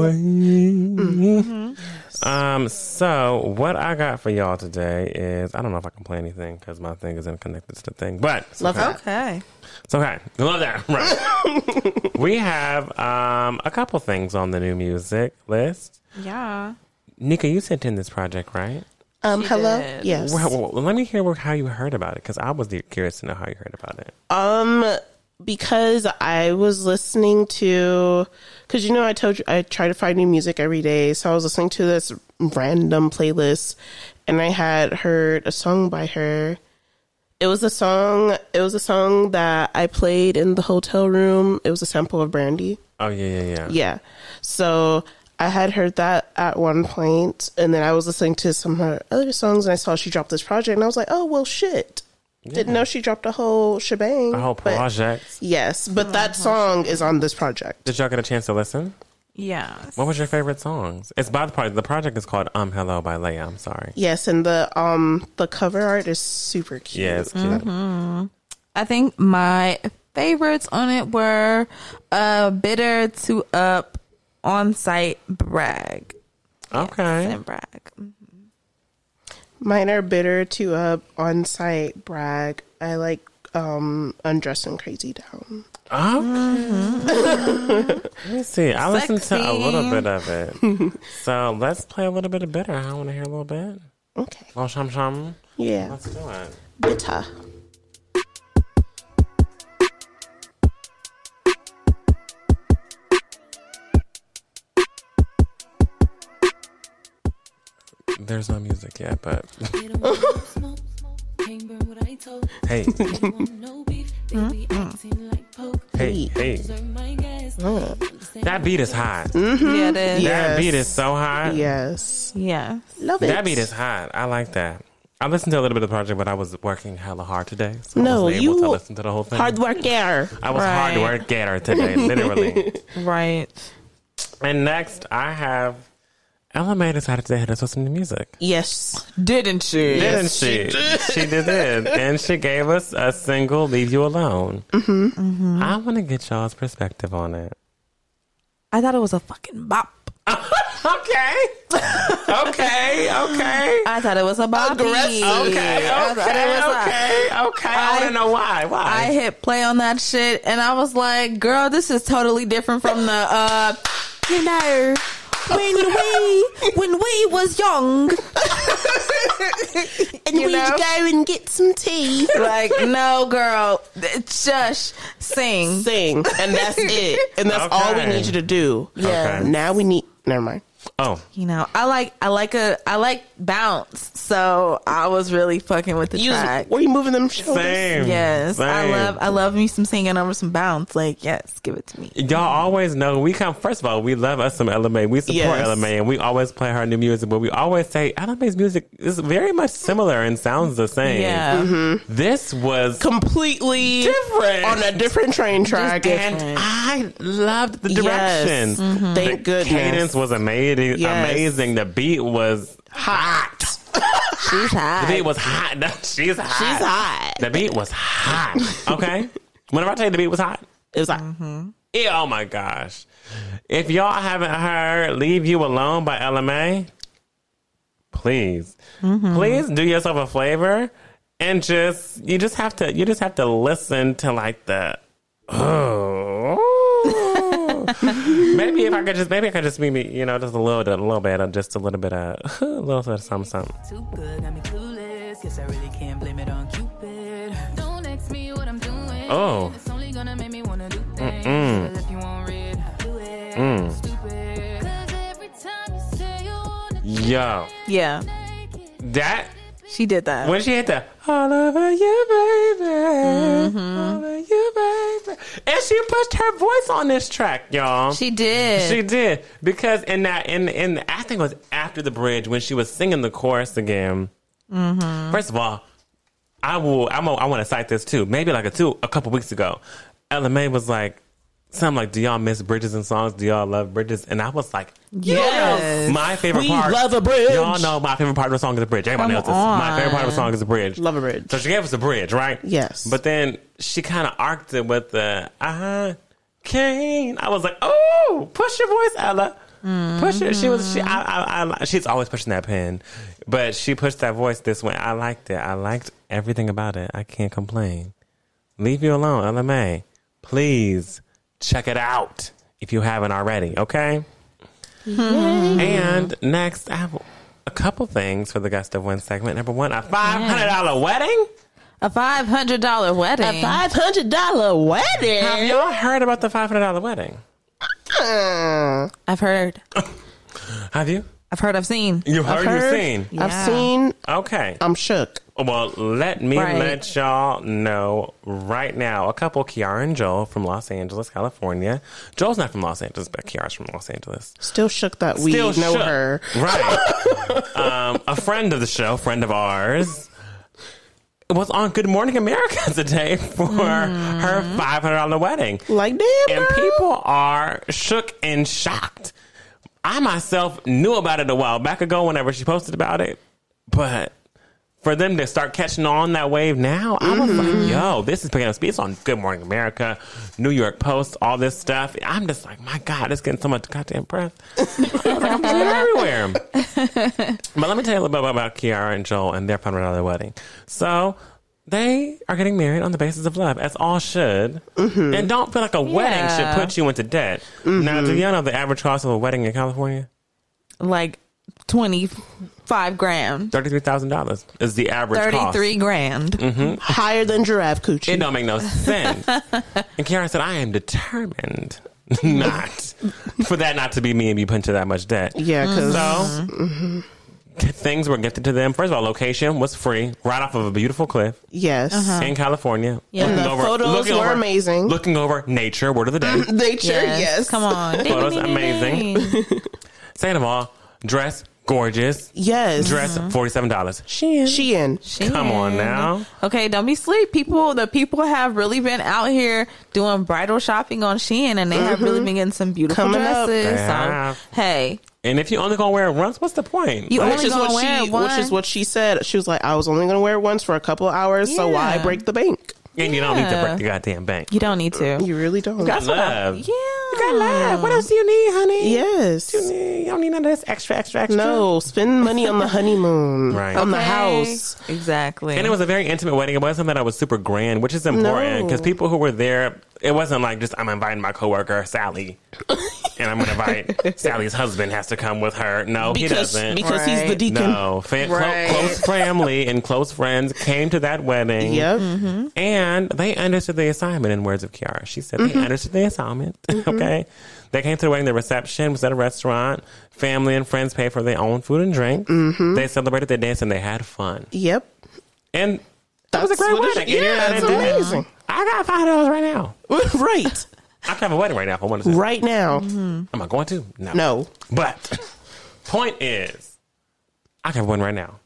Speaker 1: Mm-hmm.
Speaker 2: Um, so what I got for y'all today is I don't know if I can play anything because my thing isn't connected to the thing, but it's
Speaker 3: Love
Speaker 2: okay.
Speaker 3: that.
Speaker 1: okay
Speaker 2: It's okay. Love that. Right. we have um a couple things on the new music list.
Speaker 1: yeah
Speaker 2: Nika, you sent in this project, right?
Speaker 3: Um,
Speaker 1: She
Speaker 3: hello.
Speaker 1: did.
Speaker 3: Yes.
Speaker 2: Well, well, well, let me hear where- how you heard about it because I was curious to know how you heard about it.
Speaker 3: Um, because I was listening to, because you know, I told you I try to find new music every day. So I was listening to this random playlist, and I had heard a song by her. It was a song. It was a song that I played in the hotel room. It was a sample of Brandy.
Speaker 2: Oh yeah, yeah, yeah.
Speaker 3: Yeah. So I had heard that at one point, and then I was listening to some of her other songs, and I saw she dropped this project, and I was like, oh, well, shit. Didn't know she dropped a whole shebang.
Speaker 2: The whole
Speaker 3: but-
Speaker 2: project.
Speaker 3: yes, but that song is on this project.
Speaker 2: Did y'all get a chance to listen?
Speaker 1: yes
Speaker 2: What was your favorite songs? It's by the project. The project is called "Um Hello" by Leia. I'm sorry.
Speaker 3: Yes, and the um the cover art is super cute.
Speaker 2: Yeah, Mm-hmm. it's cute.
Speaker 1: i think my favorites on it were uh bitter to up on site brag
Speaker 2: Okay.
Speaker 1: and brag
Speaker 3: Mine are bitter to up on site brag. I like um undressing crazy down.
Speaker 2: Okay. Let me Mm-hmm. see. I listened to a little
Speaker 1: Sexy.
Speaker 2: bit of it. so let's play a little bit of bitter. I want to hear a little bit.
Speaker 3: Okay.
Speaker 2: Little shum shum.
Speaker 3: Yeah.
Speaker 2: Let's do it.
Speaker 3: Bitter.
Speaker 2: There's no music yet, but
Speaker 4: They don't want no smoke, can't burn what I told.
Speaker 2: hey,
Speaker 4: They don't want no beef, they be acting like poke.
Speaker 2: hey, hey.
Speaker 4: Deserve my gas.
Speaker 2: That beat is hot.
Speaker 1: yeah it is
Speaker 2: That
Speaker 3: Yeah. Mm, Yes.
Speaker 2: beat is so hot.
Speaker 3: Yes.
Speaker 1: yes
Speaker 3: Love it.
Speaker 2: That beat is hot. I like that. I listened to a little bit of the project, but I was working hella hard today. So I
Speaker 3: No,
Speaker 2: wasn't able
Speaker 3: you-
Speaker 2: to listen to the whole thing.
Speaker 3: hard work air.
Speaker 2: I was hard
Speaker 1: Right.
Speaker 2: work getter today, literally.
Speaker 1: right
Speaker 2: and next, I have Ella May decided to hit us with some new music.
Speaker 3: Yes.
Speaker 1: didn't she
Speaker 2: Didn't she? She did it. And she gave us a single, Leave You Alone. Mm-hmm. I want to get y'all's perspective on it.
Speaker 1: I thought it was a fucking bop.
Speaker 2: Okay. okay. Okay.
Speaker 1: I thought it was a bop.
Speaker 3: Aggressive.
Speaker 2: Okay,
Speaker 1: I thought it was a-
Speaker 2: okay, okay. I, want to
Speaker 1: I-
Speaker 2: know why. Why?
Speaker 1: I hit play on that shit and I was like, girl, this is totally different from the uh you know when we when we was young.
Speaker 3: And we
Speaker 1: know?
Speaker 3: go and get some tea.
Speaker 1: Like, no girl, just sing.
Speaker 3: Sing. And that's it. And that's all we
Speaker 2: Okay.
Speaker 3: need you to do.
Speaker 1: Yeah.
Speaker 2: Okay.
Speaker 3: Now we need never mind.
Speaker 2: oh,
Speaker 1: You know, I like I like a I like bounce. So I was really fucking with the
Speaker 3: You
Speaker 1: track.
Speaker 3: were you moving them shoulders?
Speaker 2: same.
Speaker 1: Yes. I
Speaker 2: same.
Speaker 1: love I love me some singing over some bounce. Like, yes, give it to me.
Speaker 2: Y'all always know we come. First of all, we love us some LMA. We support
Speaker 3: Yes.
Speaker 2: LMA, and we always play her new music. But we always say LMA's music is very much similar and sounds the same.
Speaker 1: Yeah.
Speaker 2: This was
Speaker 3: Completely
Speaker 2: different.
Speaker 3: on a different train track.
Speaker 2: and
Speaker 1: different.
Speaker 2: I loved the
Speaker 3: Yes.
Speaker 2: directions.
Speaker 1: Mm-hmm.
Speaker 3: Thank goodness.
Speaker 2: Cadence was amazing.
Speaker 3: Yes.
Speaker 2: Amazing. The beat was hot.
Speaker 1: She's hot.
Speaker 2: The beat was hot. No, she's hot.
Speaker 3: She's hot.
Speaker 2: The beat was hot. Okay. Whenever I tell you the beat was hot,
Speaker 3: It was like
Speaker 1: Mm-hmm.
Speaker 2: ew, oh my gosh. If y'all haven't heard Leave You Alone by LMA, please, please do yourself a flavor and just you just have to you just have to listen to like the oh maybe if I could just maybe I could just maybe you know just a little a little bit of just a little bit of a little bit of something something.
Speaker 5: Too good, got me clueless. Guess I really can't blame it on Cupid. Don't ask me what I'm doing.
Speaker 2: Oh.
Speaker 5: It's only gonna make me wanna do things. Cause if you won't read, I do it. Stupid. Cause every time you say you wanna
Speaker 2: Yo,
Speaker 1: Yeah,
Speaker 2: that
Speaker 1: she did that.
Speaker 2: when she hit the all over you, baby, all over you, baby, and she pushed her voice on this track, y'all.
Speaker 1: she did.
Speaker 2: She did because in that in in I think it was after the bridge when she was singing the chorus again. First of all, I will I'm a, I want to cite this too. Maybe like a two a couple weeks ago, Ella May was like something like, "Do y'all miss bridges and songs? Do y'all love bridges?" And I was like,
Speaker 1: Yes.
Speaker 2: my favorite
Speaker 3: We
Speaker 2: part.
Speaker 3: love a bridge.
Speaker 2: Y'all know my favorite part of the song is the bridge. Everybody
Speaker 1: Come
Speaker 2: knows this. My favorite part of the
Speaker 1: on.
Speaker 2: song is the bridge.
Speaker 3: Love a bridge.
Speaker 2: So she gave us the bridge, right?
Speaker 3: Yes.
Speaker 2: But then she kind of arced it with the I can I was like, oh, push your voice, Ella. Push it. She was. She. I, I, I. She's always pushing that pen, but she pushed that voice this way. I liked it. I liked everything about it. I can't complain. Leave you alone, Ella May. Please check it out if you haven't already. Okay. And next, I have a couple things for the Gust of One segment. Number one, a five hundred dollar wedding.
Speaker 1: a five hundred dollar wedding.
Speaker 3: Five hundred dollar
Speaker 2: Have
Speaker 3: wedding.
Speaker 2: y'all heard about the five hundred dollar wedding?
Speaker 3: Uh,
Speaker 1: I've heard.
Speaker 2: Have you?
Speaker 1: I've heard. I've seen.
Speaker 2: You
Speaker 3: I've
Speaker 2: heard? You seen? Um,
Speaker 1: Yeah.
Speaker 3: I've seen.
Speaker 2: Okay.
Speaker 3: I'm shook.
Speaker 2: Well, let me
Speaker 1: Right.
Speaker 2: let y'all know right now. A couple, Kiara and Joel from Los Angeles, California. Joel's not from Los Angeles, but Kiara's from Los Angeles.
Speaker 3: Still shook that we know
Speaker 2: shook.
Speaker 3: her.
Speaker 2: Right. um, a friend of the show, friend of ours, was on Good Morning America today for her $500 wedding.
Speaker 3: Like damn.
Speaker 2: And
Speaker 3: girl.
Speaker 2: people are shook and shocked. I myself knew about it a while back ago whenever she posted about it, but for them to start catching on that wave now, I was like, yo, this is picking up speed. It's on Good Morning America, New York Post, all this stuff. I'm just like, my God, it's getting so much goddamn press. I'm seeing it everywhere. but let me tell you a little bit about Kiara and Joel and their fun another wedding. So they are getting married on the basis of love, as all should. And don't feel like a wedding should
Speaker 1: Yeah.
Speaker 2: put you into debt. Now, do y'all know the average cost of a wedding in California?
Speaker 1: Like twenty five grand,
Speaker 2: Thirty-three thousand dollars is the average.
Speaker 1: thirty
Speaker 2: cost. Mm-hmm.
Speaker 1: three grand.
Speaker 3: higher than giraffe coochie.
Speaker 2: It don't make no sense. and Karen said, I am determined not for that not to be me and be put into that much debt.
Speaker 3: yeah, because
Speaker 2: So
Speaker 1: Mm-hmm.
Speaker 2: things were gifted to them. First of all, location was free, right off of a beautiful cliff
Speaker 3: yes,
Speaker 1: Uh-huh.
Speaker 2: in California.
Speaker 1: Yeah.
Speaker 2: Looking
Speaker 1: The
Speaker 3: photos were
Speaker 2: over-
Speaker 3: amazing. Mm-hmm.
Speaker 2: Looking over nature, word of the day.
Speaker 3: they sure yes.
Speaker 1: Come on.
Speaker 2: Photos
Speaker 1: Ding, ding,
Speaker 2: amazing.
Speaker 1: ding, ding.
Speaker 2: Second of all, dress gorgeous.
Speaker 3: Yes,
Speaker 2: Dress forty seven dollars.
Speaker 3: She in. She in.
Speaker 2: Come on now.
Speaker 1: Okay, don't be sleep. People, the people have really been out here doing bridal shopping on Shein, and they have really been getting some beautiful
Speaker 3: Mm-hmm. Coming up.
Speaker 1: dresses.
Speaker 2: They
Speaker 1: So,
Speaker 2: have.
Speaker 1: hey,
Speaker 2: And if you only gonna wear it once, what's the point?
Speaker 1: You
Speaker 3: Which
Speaker 1: only
Speaker 3: is
Speaker 1: gonna
Speaker 3: what
Speaker 1: wear
Speaker 3: she,
Speaker 1: one.
Speaker 3: which is what she said. She was like, "I was only going to wear it once for a couple of hours, so why
Speaker 1: Yeah.
Speaker 3: break the bank?
Speaker 2: and you don't need to
Speaker 1: Yeah.
Speaker 2: break the goddamn bank.
Speaker 1: you don't need to.
Speaker 3: You really don't."
Speaker 2: That's what I-
Speaker 1: Yeah.
Speaker 2: got love. What else do you need, honey?
Speaker 3: yes.
Speaker 2: You, need, you don't need none of this extra, extra, extra.
Speaker 3: No, spend money on the honeymoon,
Speaker 2: Right.
Speaker 3: on the
Speaker 1: Okay.
Speaker 3: house.
Speaker 1: Exactly.
Speaker 2: And it was a very intimate wedding. It wasn't that I was super grand, which is important
Speaker 3: No.
Speaker 2: because people who were there, it wasn't like just I'm inviting my coworker Sally, and I'm gonna invite Sally's husband has to come with her. No, he
Speaker 3: Because
Speaker 2: doesn't.
Speaker 3: because he's the
Speaker 1: Right.
Speaker 3: deacon.
Speaker 2: no, fa- clo-
Speaker 1: Right.
Speaker 2: close family and close friends came to that wedding.
Speaker 3: Yep.
Speaker 2: And they understood the assignment in words of Kiara. She said
Speaker 3: Mm-hmm.
Speaker 2: they understood the assignment. okay. They came to the wedding. The reception was at a restaurant. Family and friends paid for their own food and drink.
Speaker 3: Mm-hmm.
Speaker 2: They celebrated their dance and they had fun.
Speaker 3: Yep.
Speaker 2: And that was a
Speaker 3: That's
Speaker 2: great
Speaker 3: Mm-hmm. what it-
Speaker 2: wedding.
Speaker 3: yeah,
Speaker 2: And
Speaker 3: it's
Speaker 2: I did it.
Speaker 3: amazing.
Speaker 2: I got five dollars right now.
Speaker 3: right.
Speaker 2: I can have a wedding right now if I wanted to.
Speaker 3: Right now.
Speaker 2: Am I going to? No.
Speaker 3: No.
Speaker 2: But point is, I can have one right now.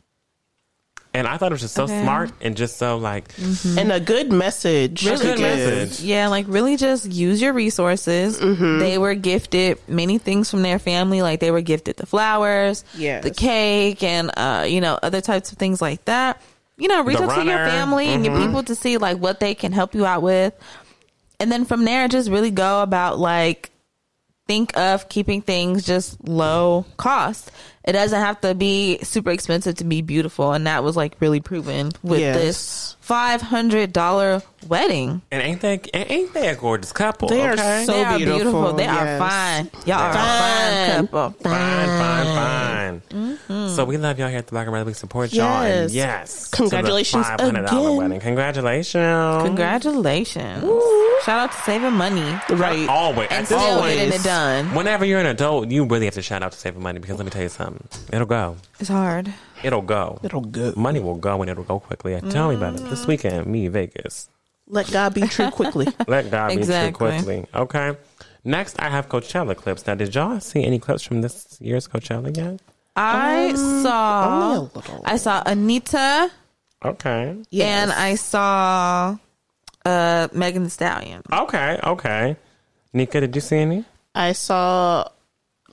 Speaker 2: And I thought it was just so
Speaker 1: Okay.
Speaker 2: smart and just so like
Speaker 3: And a good message.
Speaker 2: Really
Speaker 3: to
Speaker 2: good
Speaker 3: give.
Speaker 2: message.
Speaker 1: Yeah, like really just use your resources. They were gifted many things from their family, like they were gifted the flowers,
Speaker 3: Yes.
Speaker 1: the cake, and uh, you know other types of things like that. You know, reach
Speaker 2: The
Speaker 1: out to your
Speaker 2: runner.
Speaker 1: family and your people to see like what they can help you out with, and then from there, just really go about like think of keeping things just low cost. It doesn't have to be super expensive to be beautiful, and that was like really proven with
Speaker 3: Yes.
Speaker 1: this five hundred dollar wedding.
Speaker 2: And ain't they and ain't they a gorgeous couple?
Speaker 3: They are
Speaker 2: okay?
Speaker 3: so-
Speaker 1: they are beautiful.
Speaker 3: beautiful,
Speaker 1: They
Speaker 3: yes.
Speaker 1: are fine. Y'all are a fine couple.
Speaker 2: fine, fine, fine.
Speaker 1: Mm-hmm.
Speaker 2: So we love y'all here at the Black and Red. We support y'all. And
Speaker 3: Yes.
Speaker 2: yes,
Speaker 3: Congratulations
Speaker 2: five hundred dollar
Speaker 3: again.
Speaker 2: wedding. Congratulations.
Speaker 1: Congratulations! Shout out to saving money.
Speaker 3: Right.
Speaker 2: Always,
Speaker 1: And
Speaker 2: As
Speaker 1: still
Speaker 2: always.
Speaker 1: getting it done.
Speaker 2: Whenever you're an adult, you really have to shout out to saving money because let me tell you something. It'll go.
Speaker 1: It's hard.
Speaker 2: It'll go.
Speaker 3: It'll go.
Speaker 2: Money will go and it'll go quickly. Tell me about it. This weekend, me Vegas.
Speaker 3: Let God be true quickly.
Speaker 2: Let God
Speaker 1: Exactly.
Speaker 2: be true quickly. Okay. Next, I have Coachella clips. Now, did y'all see any clips from this year's Coachella yet?
Speaker 1: I saw.
Speaker 3: only a little.
Speaker 1: I saw Anita
Speaker 2: Okay.
Speaker 1: and I saw uh Megan Thee Stallion.
Speaker 2: Okay. Okay. Nika, did you see any?
Speaker 3: I saw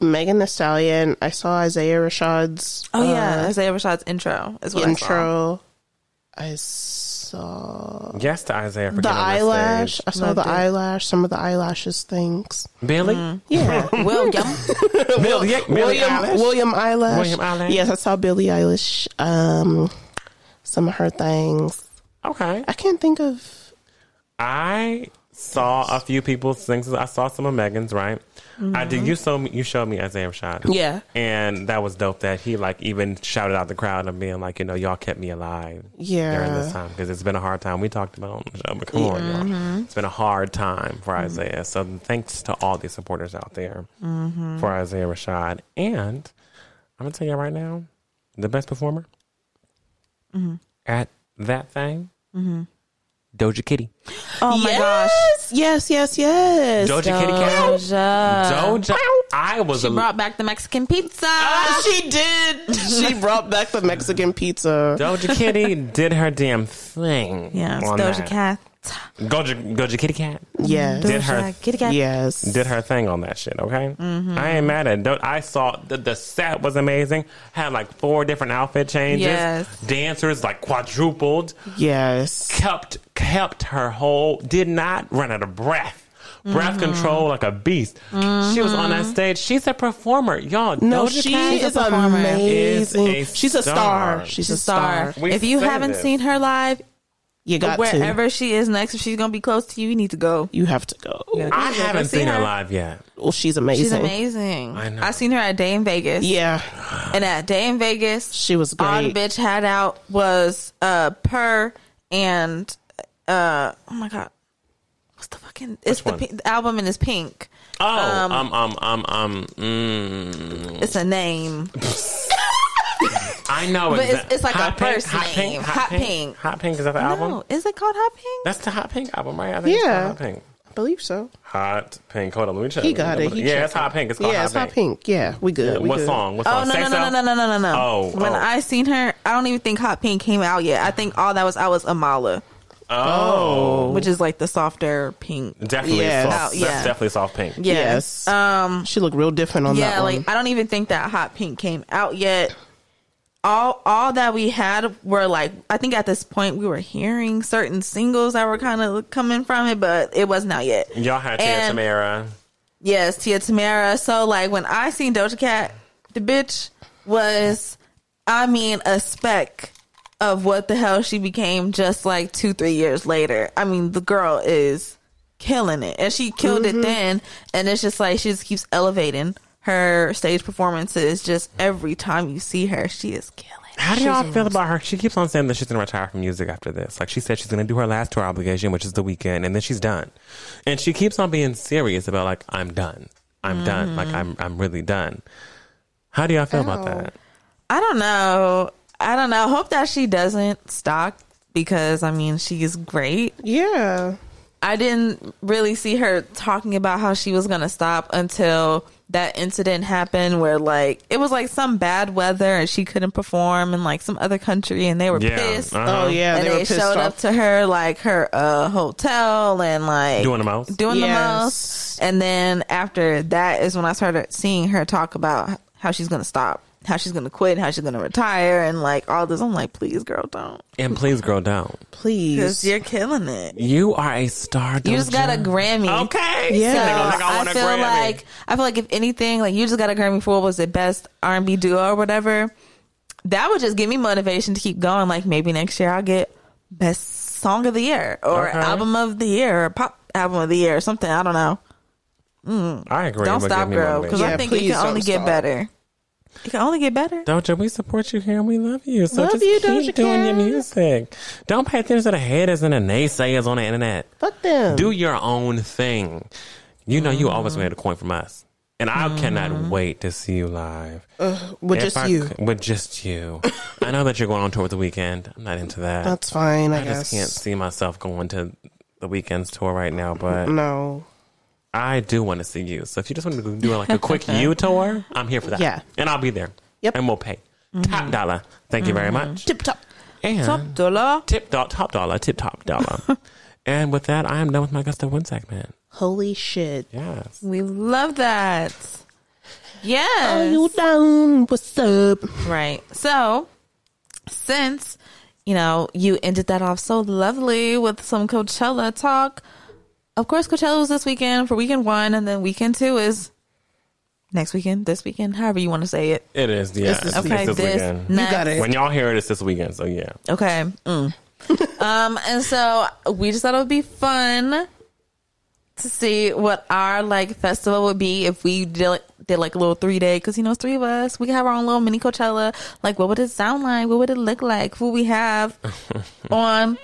Speaker 3: Megan Thee Stallion. I saw Isaiah Rashad's
Speaker 1: Oh yeah, Isaiah Rashad's intro
Speaker 3: Oh,
Speaker 1: is what
Speaker 3: intro. I saw
Speaker 2: Yes, to Isaiah. For
Speaker 3: the
Speaker 2: getting on this
Speaker 3: eyelash.
Speaker 2: stage.
Speaker 3: I saw
Speaker 1: Loved
Speaker 3: the
Speaker 1: it.
Speaker 3: eyelash. Some of the eyelashes things.
Speaker 2: Billy.
Speaker 3: Yeah.
Speaker 1: I saw. William.
Speaker 2: Billy. yeah, Billy
Speaker 3: Mm-hmm. William
Speaker 2: Eilish?
Speaker 3: William Eyelash.
Speaker 2: William Eyelash.
Speaker 3: Yes, I saw Billie Eilish. Um, some of her things.
Speaker 2: Okay.
Speaker 3: I can't think of.
Speaker 2: I saw a few people's things. I saw some of Megan's, right? I
Speaker 3: Mm-hmm.
Speaker 2: did. You showed me. You showed me Isaiah Rashad.
Speaker 1: Yeah.
Speaker 2: and that was dope. That he like even shouted out the crowd and being like, you know, y'all kept me alive.
Speaker 3: Yeah.
Speaker 2: during this time because it's been a hard time. We talked about it on the show, but come on,
Speaker 1: Mm-hmm.
Speaker 2: y'all. It's been a hard time for Isaiah. So thanks to all the supporters out there
Speaker 1: Mm-hmm.
Speaker 2: for Isaiah Rashad. And I'm gonna tell you right now, the best performer
Speaker 1: Mm-hmm.
Speaker 2: at that thing, Doja Kitty.
Speaker 1: Oh my gosh.
Speaker 3: Yes, yes, yes.
Speaker 2: Doja Kitty Cat.
Speaker 1: Doja.
Speaker 2: Doja. I was
Speaker 1: She
Speaker 2: a Ah.
Speaker 1: brought back the Mexican pizza.
Speaker 3: Ah, she did. she brought back the Mexican pizza.
Speaker 2: Doja Kitty did her damn thing.
Speaker 1: yes,
Speaker 2: on
Speaker 1: Doja
Speaker 2: that.
Speaker 1: Cat.
Speaker 2: Doja, Doja Kitty Cat
Speaker 3: Yes.
Speaker 2: Did her-
Speaker 1: Doja Kitty Cat.
Speaker 3: Yes.
Speaker 2: did her thing on that shit. Okay,
Speaker 1: Mm-hmm.
Speaker 2: I ain't mad at. Doja. I saw the, the set was amazing. Had like four different outfit changes.
Speaker 1: Yes.
Speaker 2: Dancers like quadrupled.
Speaker 3: Yes.
Speaker 2: Kept kept her whole. Did not run out of breath.
Speaker 1: Mm-hmm.
Speaker 2: Breath control like a beast. She was on that stage. She's a performer, y'all.
Speaker 3: No,
Speaker 2: Doja
Speaker 3: she
Speaker 2: Cat
Speaker 3: is
Speaker 1: performer.
Speaker 3: amazing.
Speaker 2: Is a
Speaker 3: She's a star.
Speaker 2: star.
Speaker 3: She's
Speaker 1: She's
Speaker 3: a star.
Speaker 2: We
Speaker 1: if you
Speaker 2: said
Speaker 1: haven't
Speaker 2: this.
Speaker 1: seen her live,
Speaker 3: You got to.
Speaker 1: wherever she is next, if she's gonna be close to you, you need to go.
Speaker 3: You have to go.
Speaker 2: I
Speaker 1: You've never
Speaker 2: haven't seen
Speaker 1: seen
Speaker 2: her
Speaker 1: her.
Speaker 2: live yet.
Speaker 3: Well, she's
Speaker 1: She's
Speaker 3: amazing.
Speaker 1: amazing.
Speaker 2: I know.
Speaker 1: I seen her at Day in Vegas.
Speaker 3: Yeah,
Speaker 1: And at Day in Vegas,
Speaker 3: she was
Speaker 1: all the
Speaker 3: great.
Speaker 1: bitch had out was uh purr and uh oh my god what's the fucking it's the,
Speaker 2: one?
Speaker 1: pi- the album and it's pink
Speaker 2: Oh, um, um, um, um, mm,
Speaker 1: it's a name
Speaker 2: I know.
Speaker 1: But it's-
Speaker 2: exact-
Speaker 1: it's like a first name. Hot
Speaker 2: Pink,
Speaker 1: Pink.
Speaker 2: Hot Pink, is that the album?
Speaker 1: no is it called hot pink
Speaker 2: That's the Hot Pink album, right? I think it's
Speaker 3: Yeah.
Speaker 2: called Hot Pink.
Speaker 3: I believe so.
Speaker 2: Hot Pink. Hold on, let me check.
Speaker 3: He got it. He
Speaker 2: yeah,
Speaker 3: checked
Speaker 2: it's Hot Pink. It's called
Speaker 3: Yeah,
Speaker 2: Hot
Speaker 3: it's
Speaker 2: Pink.
Speaker 3: not pink. Yeah, we good. we
Speaker 2: What
Speaker 3: good.
Speaker 2: song? What
Speaker 1: Oh
Speaker 2: song?
Speaker 1: no
Speaker 2: Say
Speaker 1: no,
Speaker 2: so?
Speaker 1: no no no no no no no!
Speaker 2: Oh,
Speaker 1: when
Speaker 2: oh.
Speaker 1: I seen her, I don't even think Hot Pink came out yet. I think all that was I was Amala,
Speaker 2: Oh,
Speaker 1: which is like the softer pink.
Speaker 2: definitely
Speaker 3: Yes.
Speaker 2: soft.
Speaker 1: Oh, yeah.
Speaker 2: That's definitely soft pink.
Speaker 3: Yes.
Speaker 1: Um.
Speaker 3: She looked real different on
Speaker 1: yeah,
Speaker 3: that
Speaker 1: like
Speaker 3: one.
Speaker 1: I don't even think that Hot Pink came out yet. All all that we had were like I think at this point we were hearing certain singles that were kind of coming from it, but it wasn't out yet.
Speaker 2: Y'all had Tia
Speaker 1: And-
Speaker 2: Tamara.
Speaker 1: Yes, Tia Tamara. So like when I seen Doja Cat, the bitch was, I mean, a speck of what the hell she became just like two three years later. I mean, the girl is killing it, and she killed it then. And it's just like she just keeps elevating her stage performances. Just every time you see her, she is killing. it.
Speaker 2: How do y'all feel about her? She keeps on saying that she's going to retire from music after this. Like she said, she's going to do her last tour obligation, which is the weekend, and then she's done. And she keeps on being serious about like, I'm done. I'm done.
Speaker 3: Mm-hmm.
Speaker 2: Like I'm, I'm really done. How do y'all feel about that?
Speaker 1: I don't know. I don't know. Hope that she doesn't stock because I mean she is great.
Speaker 3: yeah.
Speaker 1: I didn't really see her talking about how she was gonna stop until that incident happened where like it was like some bad weather and she couldn't perform in like some other country and they were pissed.
Speaker 2: Uh-huh.
Speaker 3: Oh yeah,
Speaker 1: and
Speaker 3: they,
Speaker 1: they,
Speaker 3: were pissed
Speaker 1: showed up
Speaker 3: off.
Speaker 1: to her like her uh hotel and like
Speaker 2: Doing the most.
Speaker 1: doing the
Speaker 3: Yes.
Speaker 1: most. And then after that is when I started seeing her talk about how she's gonna stop. how she's gonna quit, and how she's gonna retire, and like all this. I'm like, please, girl, don't,
Speaker 2: And please, girl, don't.
Speaker 1: because
Speaker 3: Please.
Speaker 1: you're killing it.
Speaker 2: You are a star.
Speaker 1: You just got a Grammy.
Speaker 2: Okay.
Speaker 1: So
Speaker 3: Yeah.
Speaker 2: Nigga, like, I
Speaker 1: I,
Speaker 2: want a
Speaker 1: feel
Speaker 2: Grammy.
Speaker 1: like I feel like if anything, like you just got a Grammy for what was the best R and B duo or whatever. That would just give me motivation to keep going. Like maybe next year I'll get best song of the year or
Speaker 2: Okay.
Speaker 1: album of the year or pop album of the year or something. I don't know.
Speaker 2: I agree.
Speaker 1: don't
Speaker 2: but
Speaker 1: stop,
Speaker 2: give me
Speaker 1: girl,
Speaker 2: motivation.
Speaker 1: because
Speaker 3: Yeah,
Speaker 1: I think it
Speaker 3: please
Speaker 1: can only
Speaker 3: don't
Speaker 1: get
Speaker 3: stop.
Speaker 1: better. It can only get better.
Speaker 2: Doja, we support you here and we love you. So
Speaker 3: Love
Speaker 2: just
Speaker 3: you,
Speaker 2: keep
Speaker 3: Doja
Speaker 2: doing your
Speaker 3: Cat.
Speaker 2: music. Don't pay attention to the haters and the naysayers on the internet.
Speaker 3: Fuck them.
Speaker 2: Do your own thing. You know, you
Speaker 3: Mm-hmm.
Speaker 2: always made a coin from us. And I cannot wait to see you live.
Speaker 3: With
Speaker 2: If
Speaker 3: Mm-hmm. Oh, just
Speaker 2: I
Speaker 3: you.
Speaker 2: c- With just you. I know that you're going on tour with the weekend. I'm not into that.
Speaker 3: That's fine, I,
Speaker 2: I
Speaker 3: guess.
Speaker 2: just can't see myself going to the weekend's tour right now, but
Speaker 3: No.
Speaker 2: I do want to see you. So if you just want to go do like a quick you tour, I'm here for that.
Speaker 3: Yeah.
Speaker 2: And I'll be there.
Speaker 3: Yep.
Speaker 2: And we'll pay. Top dollar. Thank you very much.
Speaker 3: Tip top.
Speaker 2: And
Speaker 1: Mm-hmm. Top dollar.
Speaker 2: tip do- top dollar, tip top dollar. and with that, I am done with my Gusto One segment.
Speaker 3: Holy shit.
Speaker 2: Yes.
Speaker 1: We love that. Yes.
Speaker 3: Are Oh, you down? What's up?
Speaker 1: Right. So, since you know you ended that off so lovely with some Coachella talk, of course Coachella was this weekend for weekend one, and then weekend two is next weekend, this weekend, however you want to say it.
Speaker 2: It is, yeah. It's,
Speaker 1: Okay,
Speaker 2: it's
Speaker 1: this next-
Speaker 3: got it.
Speaker 2: When y'all hear it, it's this weekend. So yeah.
Speaker 1: Okay. Mm. um, and so we just thought it would be fun to see what our like festival would be if we did, like- did like a little three day because you know it's three of us. We could have our own little mini Coachella. Like, what would it sound like? What would it look like? Who we have on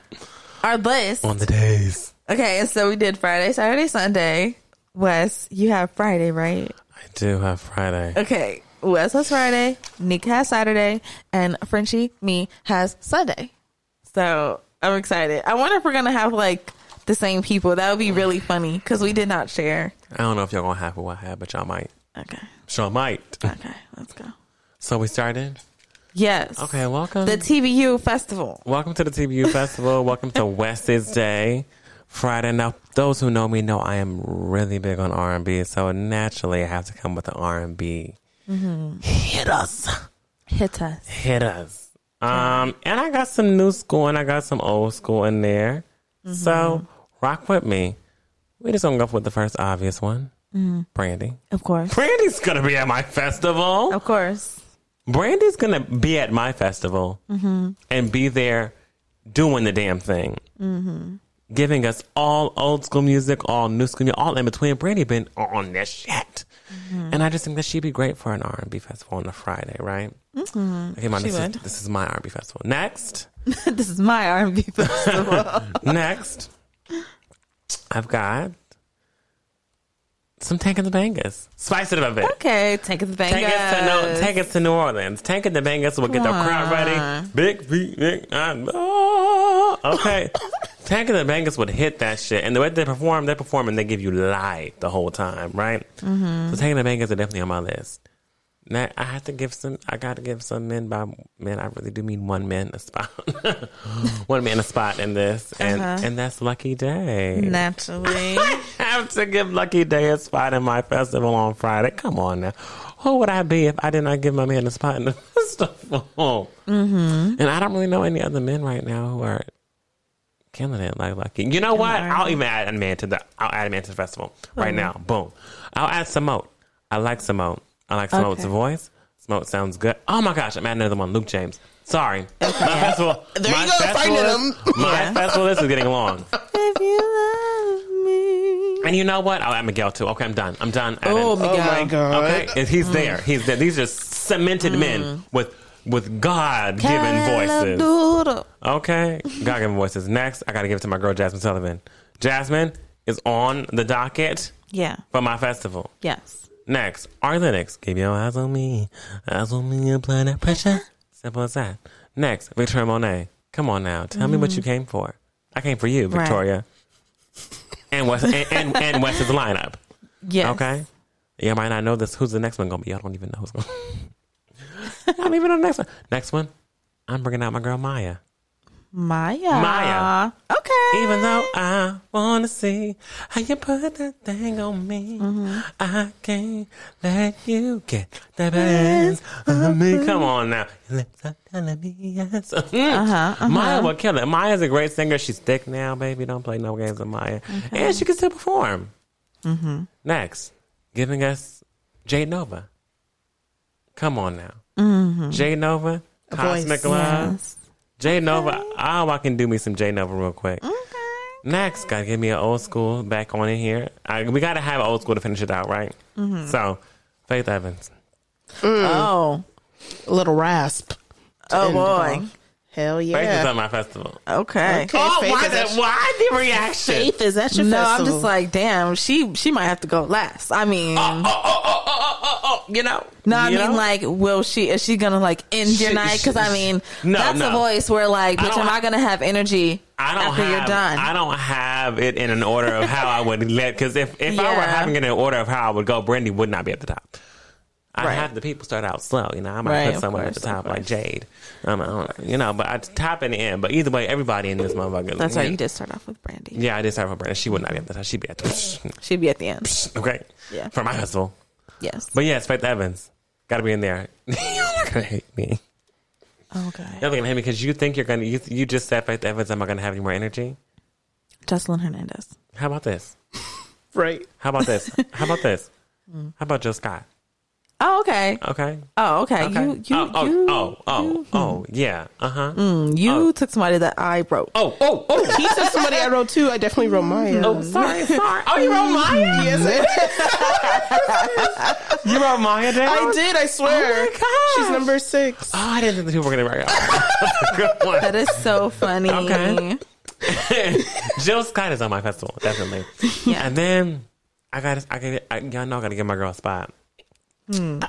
Speaker 1: our list?
Speaker 2: On the days.
Speaker 1: Okay, and so we did Friday, Saturday, Sunday. Wes, you have Friday, right?
Speaker 2: I do have Friday.
Speaker 1: Okay. Wes has Friday, Nick has Saturday, and Frenchie, me, has Sunday. So I'm excited. I wonder if we're gonna have like the same people. That would be really funny because we did not share.
Speaker 2: I don't know if y'all gonna have what I have, but y'all might.
Speaker 1: Okay.
Speaker 2: Sure might.
Speaker 1: Okay. Let's go.
Speaker 2: So we started.
Speaker 1: Yes.
Speaker 2: Okay, welcome.
Speaker 1: The TBU festival.
Speaker 2: Welcome to the TBU Festival. Welcome to West's Day, Friday. Now, those who know me know I am really big on R and B, so naturally I have to come with an R and B. Hit us,
Speaker 1: Hit us.
Speaker 2: hit us. Um, and I got some new school and I got some old school in there. So rock with me. We just gonna go with the first obvious one, Brandy.
Speaker 1: Of course.
Speaker 2: Brandy's gonna be at my festival.
Speaker 1: Of course.
Speaker 2: Brandy's gonna be at my festival
Speaker 1: Mm-hmm.
Speaker 2: and be there doing the damn thing,
Speaker 1: Mm-hmm.
Speaker 2: giving us all old school music, all new school music, all in between. Brandy been on this shit,
Speaker 1: Mm-hmm.
Speaker 2: and I just think that she'd be great for an R and B festival on a Friday, right? Okay, mom,
Speaker 1: Mm-hmm. She
Speaker 2: this, is,
Speaker 1: would.
Speaker 2: this is my R and B festival. Next,
Speaker 1: this is my R&B festival.
Speaker 2: next, I've got some Tank and the Bangas. Spice it up a bit.
Speaker 1: okay. Take it to the bank.
Speaker 2: Take us to New, take us to New Orleans. Take it to Vegas. We'll get the
Speaker 1: Come on.
Speaker 2: crowd ready. Big feet, big. uh, oh, okay. Take it to Vegas would hit that shit. And the way they perform, they perform and they give you live the whole time, right?
Speaker 1: Mm-hmm.
Speaker 2: So taking the Vegas are definitely on my list. Now I have to give some. I got to give some men by men. I really do mean one man a spot, one man a spot in this, and
Speaker 1: Uh-huh.
Speaker 2: and that's Lucky Day.
Speaker 1: Naturally.
Speaker 2: have to give Lucky Day a spot in my festival on Friday. Come on now. Who would I be if I did not give my man a spot in the festival?
Speaker 3: Mm-hmm.
Speaker 2: And I don't really know any other men right now who are killing it like Lucky. You know what? I'll even add a man to the I'll add a man to the festival right
Speaker 3: Uh-huh.
Speaker 2: now. Boom. I'll add Simone. I like Simone. I like Simone's
Speaker 1: Okay.
Speaker 2: voice. Simone sounds good. Oh my gosh, I'm adding another one. Luke James. Sorry. My festival.
Speaker 3: There
Speaker 2: my
Speaker 3: you go,
Speaker 2: festival
Speaker 3: finding
Speaker 2: list- My
Speaker 1: Yeah.
Speaker 2: festival list is getting long.
Speaker 1: if you love me.
Speaker 2: And you know what? I'll add Miguel too. Okay, I'm done. I'm done. I
Speaker 1: Oh,
Speaker 2: didn't-
Speaker 1: Miguel. Mm.
Speaker 3: Oh my god.
Speaker 2: Okay, and he's there. He's there. These are cemented men with with God given voices.
Speaker 1: Doodle.
Speaker 2: Okay, God given voices. Next, I got to give it to my girl Jasmine Sullivan. Jasmine is on the docket
Speaker 1: Yeah.
Speaker 2: for my festival.
Speaker 1: Yes.
Speaker 2: Next, our lyrics. Keep your eyes on me. Eyes on me, apply that pressure. Simple as that. Next, Victoria Monet. Come on now. Tell me what you came for. I came for you,
Speaker 1: Mm. Right.
Speaker 2: Victoria. And West and, and, and West's lineup.
Speaker 1: Yes.
Speaker 2: Okay. You might not know this. Who's the next one gonna be? I don't even know who's gonna I don't even know the next one. Next one, I'm bringing out my girl Maya.
Speaker 1: Maya.
Speaker 2: Maya.
Speaker 1: Okay.
Speaker 2: Even though I wanna see how you put that thing on me, I can't let you get the best of me. Come on now, your lips are telling me yes. Maya will kill it. Maya's a great singer. She's thick now, baby. Don't play no games with Maya, and she can still perform. Next, giving us Jay Nova. Come on now, Jay Nova,
Speaker 3: voice.
Speaker 2: Cosmic Love. J Nova, oh, I can do me some J Nova real quick. Next, gotta give me an old school back on in here. I, we gotta have old school to finish it out, right? So, Faith Evans.
Speaker 1: Oh.
Speaker 3: A little rasp. Mm. to
Speaker 1: Oh,
Speaker 3: end it
Speaker 1: boy.
Speaker 3: off. Hell
Speaker 2: Faith is
Speaker 3: yeah.
Speaker 2: at my festival.
Speaker 1: Okay.
Speaker 3: Okay.
Speaker 2: oh,
Speaker 3: Faith
Speaker 2: why
Speaker 3: is
Speaker 2: the,
Speaker 3: at-
Speaker 2: why the reaction?
Speaker 3: Faith is at your
Speaker 1: No, I'm
Speaker 3: festival.
Speaker 1: just like, damn, she she might have to go last. I mean,
Speaker 2: Oh, oh, oh, oh, oh, oh, oh, you know?
Speaker 1: no, I
Speaker 2: You
Speaker 1: mean,
Speaker 2: know?
Speaker 1: like, will she? Is she gonna like end your
Speaker 2: She-
Speaker 1: night? Because I mean,
Speaker 2: No,
Speaker 1: that's
Speaker 2: no.
Speaker 1: a voice where like,
Speaker 2: I
Speaker 1: bitch,
Speaker 2: don't
Speaker 1: am I
Speaker 2: have-
Speaker 1: gonna have energy
Speaker 2: I don't
Speaker 1: after
Speaker 2: have,
Speaker 1: you're done?
Speaker 2: I don't have it in an order of how I would let because if, if I were
Speaker 1: Yeah.
Speaker 2: having it in an order of how I would go, Brandy would not be at the top. I
Speaker 1: Right.
Speaker 2: have the people start out slow, you know. I might
Speaker 1: Right,
Speaker 2: put
Speaker 1: of
Speaker 2: someone at
Speaker 1: course,
Speaker 2: the
Speaker 1: of
Speaker 2: top like Jade, um, I don't know, you know. But I top and the end. But either way, everybody in this motherfucker.
Speaker 1: That's
Speaker 2: yeah.
Speaker 1: right. You did start off with Brandy.
Speaker 2: Yeah, I did start for Brandy. She would not be at the top. She'd be at the
Speaker 1: She'd be at the end.
Speaker 2: okay.
Speaker 1: Yeah.
Speaker 2: For my hustle,
Speaker 1: Yes.
Speaker 2: but yes, Faith Evans got to be in there. You're gonna hate me.
Speaker 1: oh god.
Speaker 2: You're gonna hate me because you think you're gonna. You, you just said Faith Evans. Am I gonna have any more energy?
Speaker 1: Jocelyn Hernandez.
Speaker 2: How about this?
Speaker 3: right.
Speaker 2: How about this? How about this? How about Jill Scott?
Speaker 1: Oh okay.
Speaker 2: Okay.
Speaker 1: Oh okay.
Speaker 2: Okay.
Speaker 1: You you
Speaker 2: oh, oh,
Speaker 1: you Mm.
Speaker 2: oh, oh, oh, yeah. Uh huh.
Speaker 1: you
Speaker 2: oh.
Speaker 1: took somebody that I wrote.
Speaker 2: Oh, oh, oh.
Speaker 3: He said somebody I wrote too. I definitely wrote Maya.
Speaker 2: Oh, sorry, sorry. Oh, you wrote Maya?
Speaker 3: Yes,
Speaker 2: You wrote Maya down?
Speaker 3: I did.
Speaker 1: Oh
Speaker 3: I swear.
Speaker 2: my gosh.
Speaker 3: She's number six.
Speaker 2: Oh, I didn't think the people were going to write it. Good one.
Speaker 1: That is so funny.
Speaker 2: Okay. Jill Scott is on my festival, definitely.
Speaker 1: Yeah.
Speaker 2: And then I got, I got, I, y'all know I got to get my girl a spot.
Speaker 1: Hmm.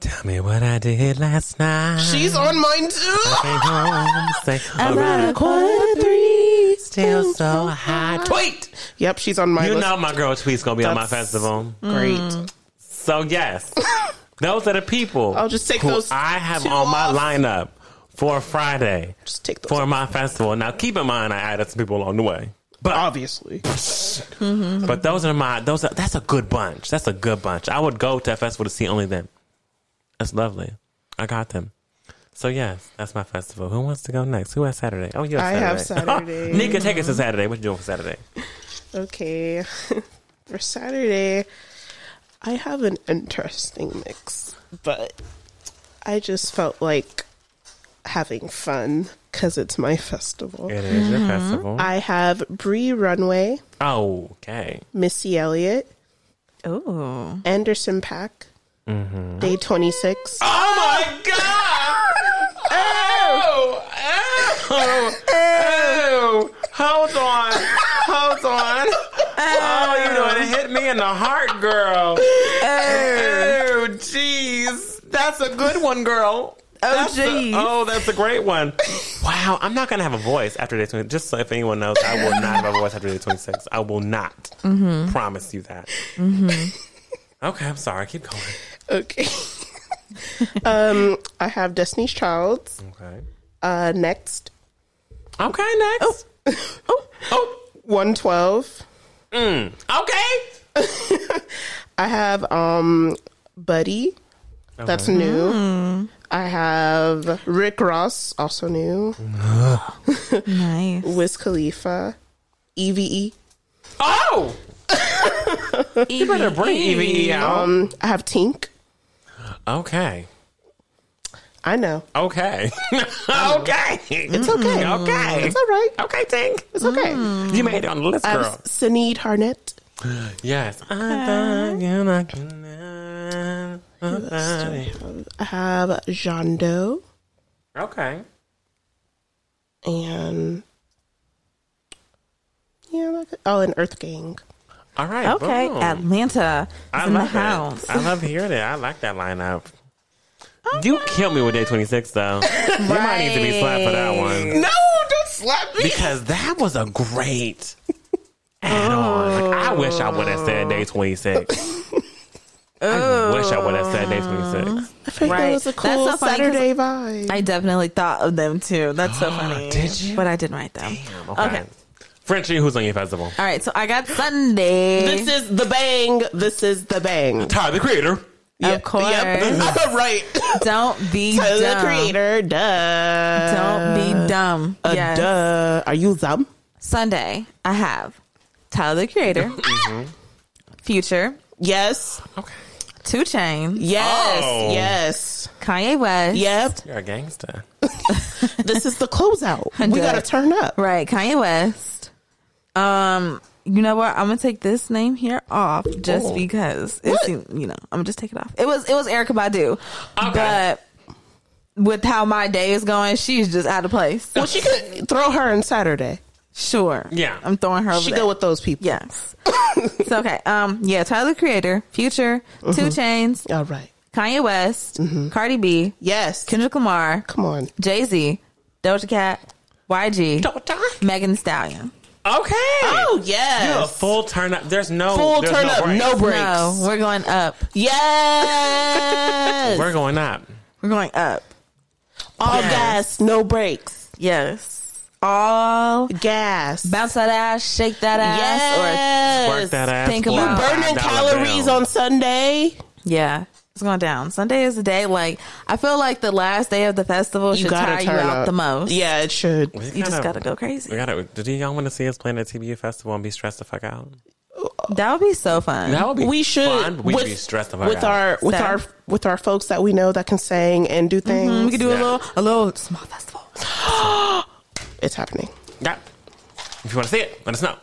Speaker 2: Tell me what I did last night.
Speaker 3: She's on mine too.
Speaker 2: Came home, say, around a
Speaker 1: quarter three.
Speaker 2: still so high. Tweet!
Speaker 3: Yep, she's on my
Speaker 2: You
Speaker 3: list. Mm.
Speaker 2: know my girl Tweet's going to be on my
Speaker 3: That's-
Speaker 2: festival.
Speaker 3: Great.
Speaker 2: So yes, those are the people.
Speaker 3: I'll just take
Speaker 2: who
Speaker 3: those
Speaker 2: I have
Speaker 3: two
Speaker 2: on my
Speaker 3: off.
Speaker 2: lineup for Friday
Speaker 3: Just take those.
Speaker 2: for my festival. Now keep in mind, I added some people along the way, but
Speaker 3: Obviously.
Speaker 2: but those are my those. Are, that's a good bunch. That's a good bunch. I would go to a festival to see only them. That's lovely. I got them. So yes, that's my festival. Who wants to go next? Who has Saturday? Oh, you
Speaker 3: I
Speaker 2: have
Speaker 3: have
Speaker 2: Saturday.
Speaker 3: Saturday.
Speaker 2: Nika, take us to Saturday. What you doing for Saturday?
Speaker 3: Okay. For Saturday, I have an interesting mix, but I just felt like having fun because it's my festival.
Speaker 2: It is your festival.
Speaker 3: Mm-hmm. I have Bree Runway,
Speaker 2: okay.
Speaker 3: Missy Elliott, Oh,
Speaker 1: Ooh.
Speaker 3: Anderson Pack, Day 26.
Speaker 2: Oh my god! Oh! Oh! Oh! Hold on! Hold on! Oh, you know it hit me in the heart, girl. Oh, jeez, that's a good one, girl.
Speaker 1: Oh
Speaker 2: That's a-
Speaker 1: geez.
Speaker 2: oh, that's a great one. Wow, I'm not gonna have a voice after day 26. Just so if anyone knows, I will not have a voice after day 26. I will not promise you that. okay, I'm sorry. Keep going.
Speaker 3: Okay. um, I have Destiny's Child.
Speaker 2: Okay.
Speaker 3: Uh, next,
Speaker 2: Okay, next. Oh,
Speaker 3: 112.
Speaker 2: okay.
Speaker 3: I have um Buddy. That's new.
Speaker 1: Hmm.
Speaker 3: I have Rick Ross, also new.
Speaker 1: Nice.
Speaker 3: Wiz Khalifa, E Eve.
Speaker 2: Oh,
Speaker 1: You better
Speaker 2: bring Evie out.
Speaker 3: Um, I have Tink.
Speaker 2: Okay.
Speaker 3: I know
Speaker 2: Okay. okay. It's okay. Okay.
Speaker 3: it's all right.
Speaker 2: Okay, Tank.
Speaker 3: It's okay.
Speaker 1: Hmm.
Speaker 2: You made it on the list,
Speaker 3: I have
Speaker 2: girl.
Speaker 3: Sinead Harnett.
Speaker 2: Yes. I thought you were not gonna-
Speaker 3: I have Jean Doe
Speaker 2: Okay.
Speaker 3: and yeah. like- Oh, and Earth Gang.
Speaker 2: All right.
Speaker 1: Okay.
Speaker 3: Oh.
Speaker 2: boom.
Speaker 1: Atlanta is
Speaker 2: I
Speaker 1: in the
Speaker 2: love
Speaker 1: house.
Speaker 2: it. I love hearing it. I like that lineup. You kill me with day 26, though. You might need to be slapped for that one.
Speaker 3: No, don't slap me.
Speaker 2: because that was a great add-on. Like, I wish I would have said day 26. I wish I would have said Day 26.
Speaker 3: I think
Speaker 1: Right.
Speaker 3: that was a
Speaker 1: That's
Speaker 3: cool
Speaker 1: so funny 'cause
Speaker 3: Saturday vibe.
Speaker 1: I definitely thought of them too. That's so funny.
Speaker 2: Did you?
Speaker 1: But I didn't write them.
Speaker 3: Uh,
Speaker 2: Okay.
Speaker 1: Okay.
Speaker 2: Frenchie, who's on your festival?
Speaker 1: All right, so I got Sunday.
Speaker 3: this is the bang. This is the bang.
Speaker 2: Ty, the creator.
Speaker 1: of course.
Speaker 3: I'm right.
Speaker 1: Don't be
Speaker 3: the
Speaker 1: dumb.
Speaker 3: creator. Duh.
Speaker 1: Don't be dumb.
Speaker 3: Uh,
Speaker 1: Yes.
Speaker 3: Duh. Are you dumb?
Speaker 1: Sunday, I have Tyler the Creator,
Speaker 3: Mm-hmm.
Speaker 1: Future,
Speaker 3: Yes.
Speaker 2: Okay.
Speaker 1: Two Chain,
Speaker 3: Yes.
Speaker 2: Oh.
Speaker 3: Yes.
Speaker 1: Kanye West.
Speaker 3: Yep.
Speaker 2: You're a gangster.
Speaker 3: this is the closeout. We
Speaker 1: Duh.
Speaker 3: gotta turn up.
Speaker 1: Right, Kanye West. Um, you know what? I'm gonna take this name here off just
Speaker 2: Oh.
Speaker 1: because it seemed, you know, I'm gonna just take it off. It was it was Erica Badu.
Speaker 2: Okay.
Speaker 1: But with how my day is going, she's just out of place.
Speaker 3: Well, she could throw her in Saturday.
Speaker 1: Sure.
Speaker 2: Yeah.
Speaker 1: I'm throwing her over
Speaker 3: She
Speaker 1: there.
Speaker 3: go with those people.
Speaker 1: yes. it's okay. Um, yeah, Tyler the Creator, Future,
Speaker 3: Mm-hmm.
Speaker 1: Two Chains,
Speaker 3: All right.
Speaker 1: Kanye West,
Speaker 3: Mm-hmm.
Speaker 1: Cardi B,
Speaker 3: Yes.
Speaker 1: Kendrick Lamar,
Speaker 3: Come on.
Speaker 1: Jay Z, Doja Cat, YG,
Speaker 2: Daughter.
Speaker 1: Megan Thee Stallion.
Speaker 2: Okay.
Speaker 3: Oh
Speaker 2: You're a
Speaker 3: yes.
Speaker 2: full turn up. There's no
Speaker 3: Full
Speaker 2: there's
Speaker 3: turn
Speaker 2: no
Speaker 3: up.
Speaker 2: break.
Speaker 3: No breaks.
Speaker 1: No, we're going up.
Speaker 3: Yes.
Speaker 2: We're going up.
Speaker 1: We're going up.
Speaker 3: All
Speaker 1: Yes.
Speaker 3: gas. No breaks.
Speaker 1: Yes. All
Speaker 3: Gas.
Speaker 1: bounce that ass, shake that ass,
Speaker 2: Work
Speaker 3: yes.
Speaker 2: that ass.
Speaker 1: Think
Speaker 2: for a
Speaker 1: about-
Speaker 3: Burning
Speaker 2: $5
Speaker 3: calories
Speaker 2: bill.
Speaker 3: on Sunday.
Speaker 1: or yeah. It's going down. Sunday is the day. Like I feel like the last day of the festival should tire you out the most.
Speaker 3: Yeah, it should.
Speaker 2: We
Speaker 1: you just
Speaker 2: gotta-
Speaker 1: gotta go
Speaker 2: We
Speaker 1: crazy.
Speaker 2: gotta. Do y'all want to see us playing at TBU Festival and be stressed the fuck out?
Speaker 1: That would be so fun.
Speaker 2: would
Speaker 3: we should
Speaker 2: Fun, but we'd
Speaker 3: with,
Speaker 2: be stressed the fuck out.
Speaker 3: with our with
Speaker 1: Sad.
Speaker 3: our with our folks that we know that can sing and do things.
Speaker 1: Mm-hmm, we could do
Speaker 2: Yeah.
Speaker 1: a little, a little small festival,
Speaker 3: It's happening.
Speaker 2: Yeah. If you want to see it, let us know.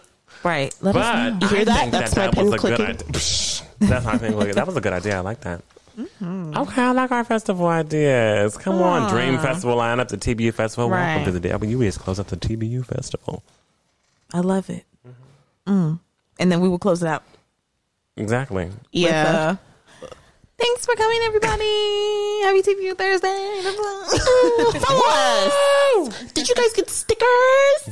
Speaker 1: right? Let us know.
Speaker 2: But
Speaker 3: You hear
Speaker 2: I
Speaker 3: that?
Speaker 2: think
Speaker 3: That's my
Speaker 2: that, that
Speaker 3: pen
Speaker 2: was a
Speaker 3: clicking.
Speaker 2: good idea. Psh, That's my pen clicking. That was a good idea. I like that. Okay, I like our festival ideas. Come on, Dream Festival lineup, the TBU Festival. Welcome
Speaker 1: Right.
Speaker 2: to the day. We just close up the TBU Festival.
Speaker 1: I love it. Mm. And then we will close it out.
Speaker 2: Exactly.
Speaker 1: with,
Speaker 3: Yeah.
Speaker 1: uh, Thanks for coming, everybody. Happy TPU Thursday. Follow us.
Speaker 3: Did you guys get stickers?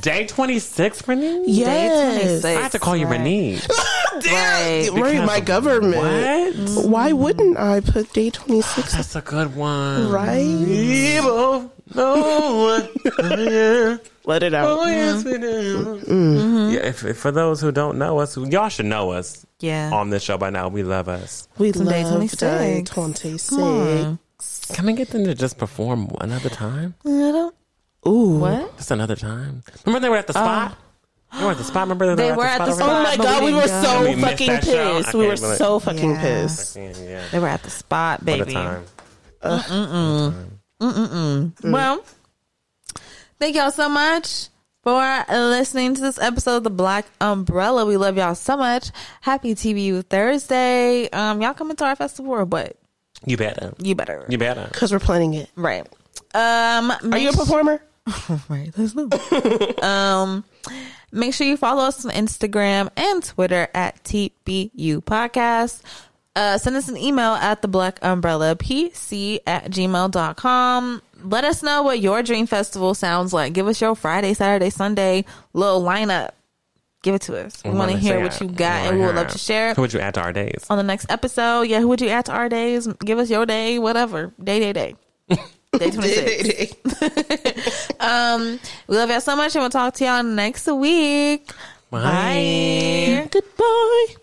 Speaker 2: Day 26, Renee?
Speaker 3: Yes.
Speaker 2: I have to call you Renee.
Speaker 3: Damn.
Speaker 1: Right.
Speaker 3: Worry
Speaker 2: Because
Speaker 3: my
Speaker 2: of
Speaker 3: government.
Speaker 2: What?
Speaker 3: Why wouldn't I put day twenty six
Speaker 2: That's a good one.
Speaker 3: right?
Speaker 2: Evil. No. yeah.
Speaker 3: Let it out.
Speaker 2: Oh, yes, we do.
Speaker 3: Mm-hmm.
Speaker 2: Yeah, if, if for those who don't know us, y'all should know us
Speaker 1: Yeah.
Speaker 2: on this show by now. We love us.
Speaker 3: We
Speaker 1: From day
Speaker 3: love day
Speaker 1: 26.
Speaker 3: twenty six.
Speaker 1: on.
Speaker 2: Can we get them to just perform another time?
Speaker 1: I don't-
Speaker 3: Ooh.
Speaker 1: What?
Speaker 2: Just another time. Remember they were at the spot. they were at the spot. Remember they,
Speaker 1: They were at the
Speaker 3: Oh
Speaker 1: spot.
Speaker 3: my
Speaker 1: But
Speaker 3: god,
Speaker 1: we
Speaker 3: we, were
Speaker 1: didn't go.
Speaker 3: so
Speaker 2: We missed
Speaker 3: fucking
Speaker 2: that show. I
Speaker 3: pissed. We were
Speaker 2: can't believe-
Speaker 3: so fucking
Speaker 1: Yeah.
Speaker 3: pissed.
Speaker 2: over there? Yeah,
Speaker 1: They were at the spot,
Speaker 2: What a
Speaker 1: baby.
Speaker 2: time.
Speaker 3: Mm.
Speaker 1: Well, thank y'all so much for listening to this episode of The Black Umbrella. We love y'all so much. Happy TBU Thursday. Um, y'all coming to our festival or what?
Speaker 2: You better.
Speaker 1: You better.
Speaker 2: You better.
Speaker 3: Because we're planning it.
Speaker 1: Right. Um,
Speaker 3: Are you a performer?
Speaker 1: Right. Let's move. um, make sure you follow us on Instagram and Twitter at TBU Podcast. Uh, send us an email at the black umbrella pc at gmail.com. Let us know what your dream festival sounds like. Give us your Friday, Saturday, Sunday little lineup. Give it to us. We want to
Speaker 2: Wanna
Speaker 1: hear
Speaker 2: see
Speaker 1: what
Speaker 2: it.
Speaker 1: you got and
Speaker 2: Wanna
Speaker 1: we would
Speaker 2: hear
Speaker 1: love to share it
Speaker 2: Who would you add to our days?
Speaker 1: on the next episode. Yeah, who would you add to our days? Give us your day, whatever. Day, day, day. Day 26. Um, We love y'all so much, and we'll talk to y'all next week. Bye.
Speaker 3: Goodbye.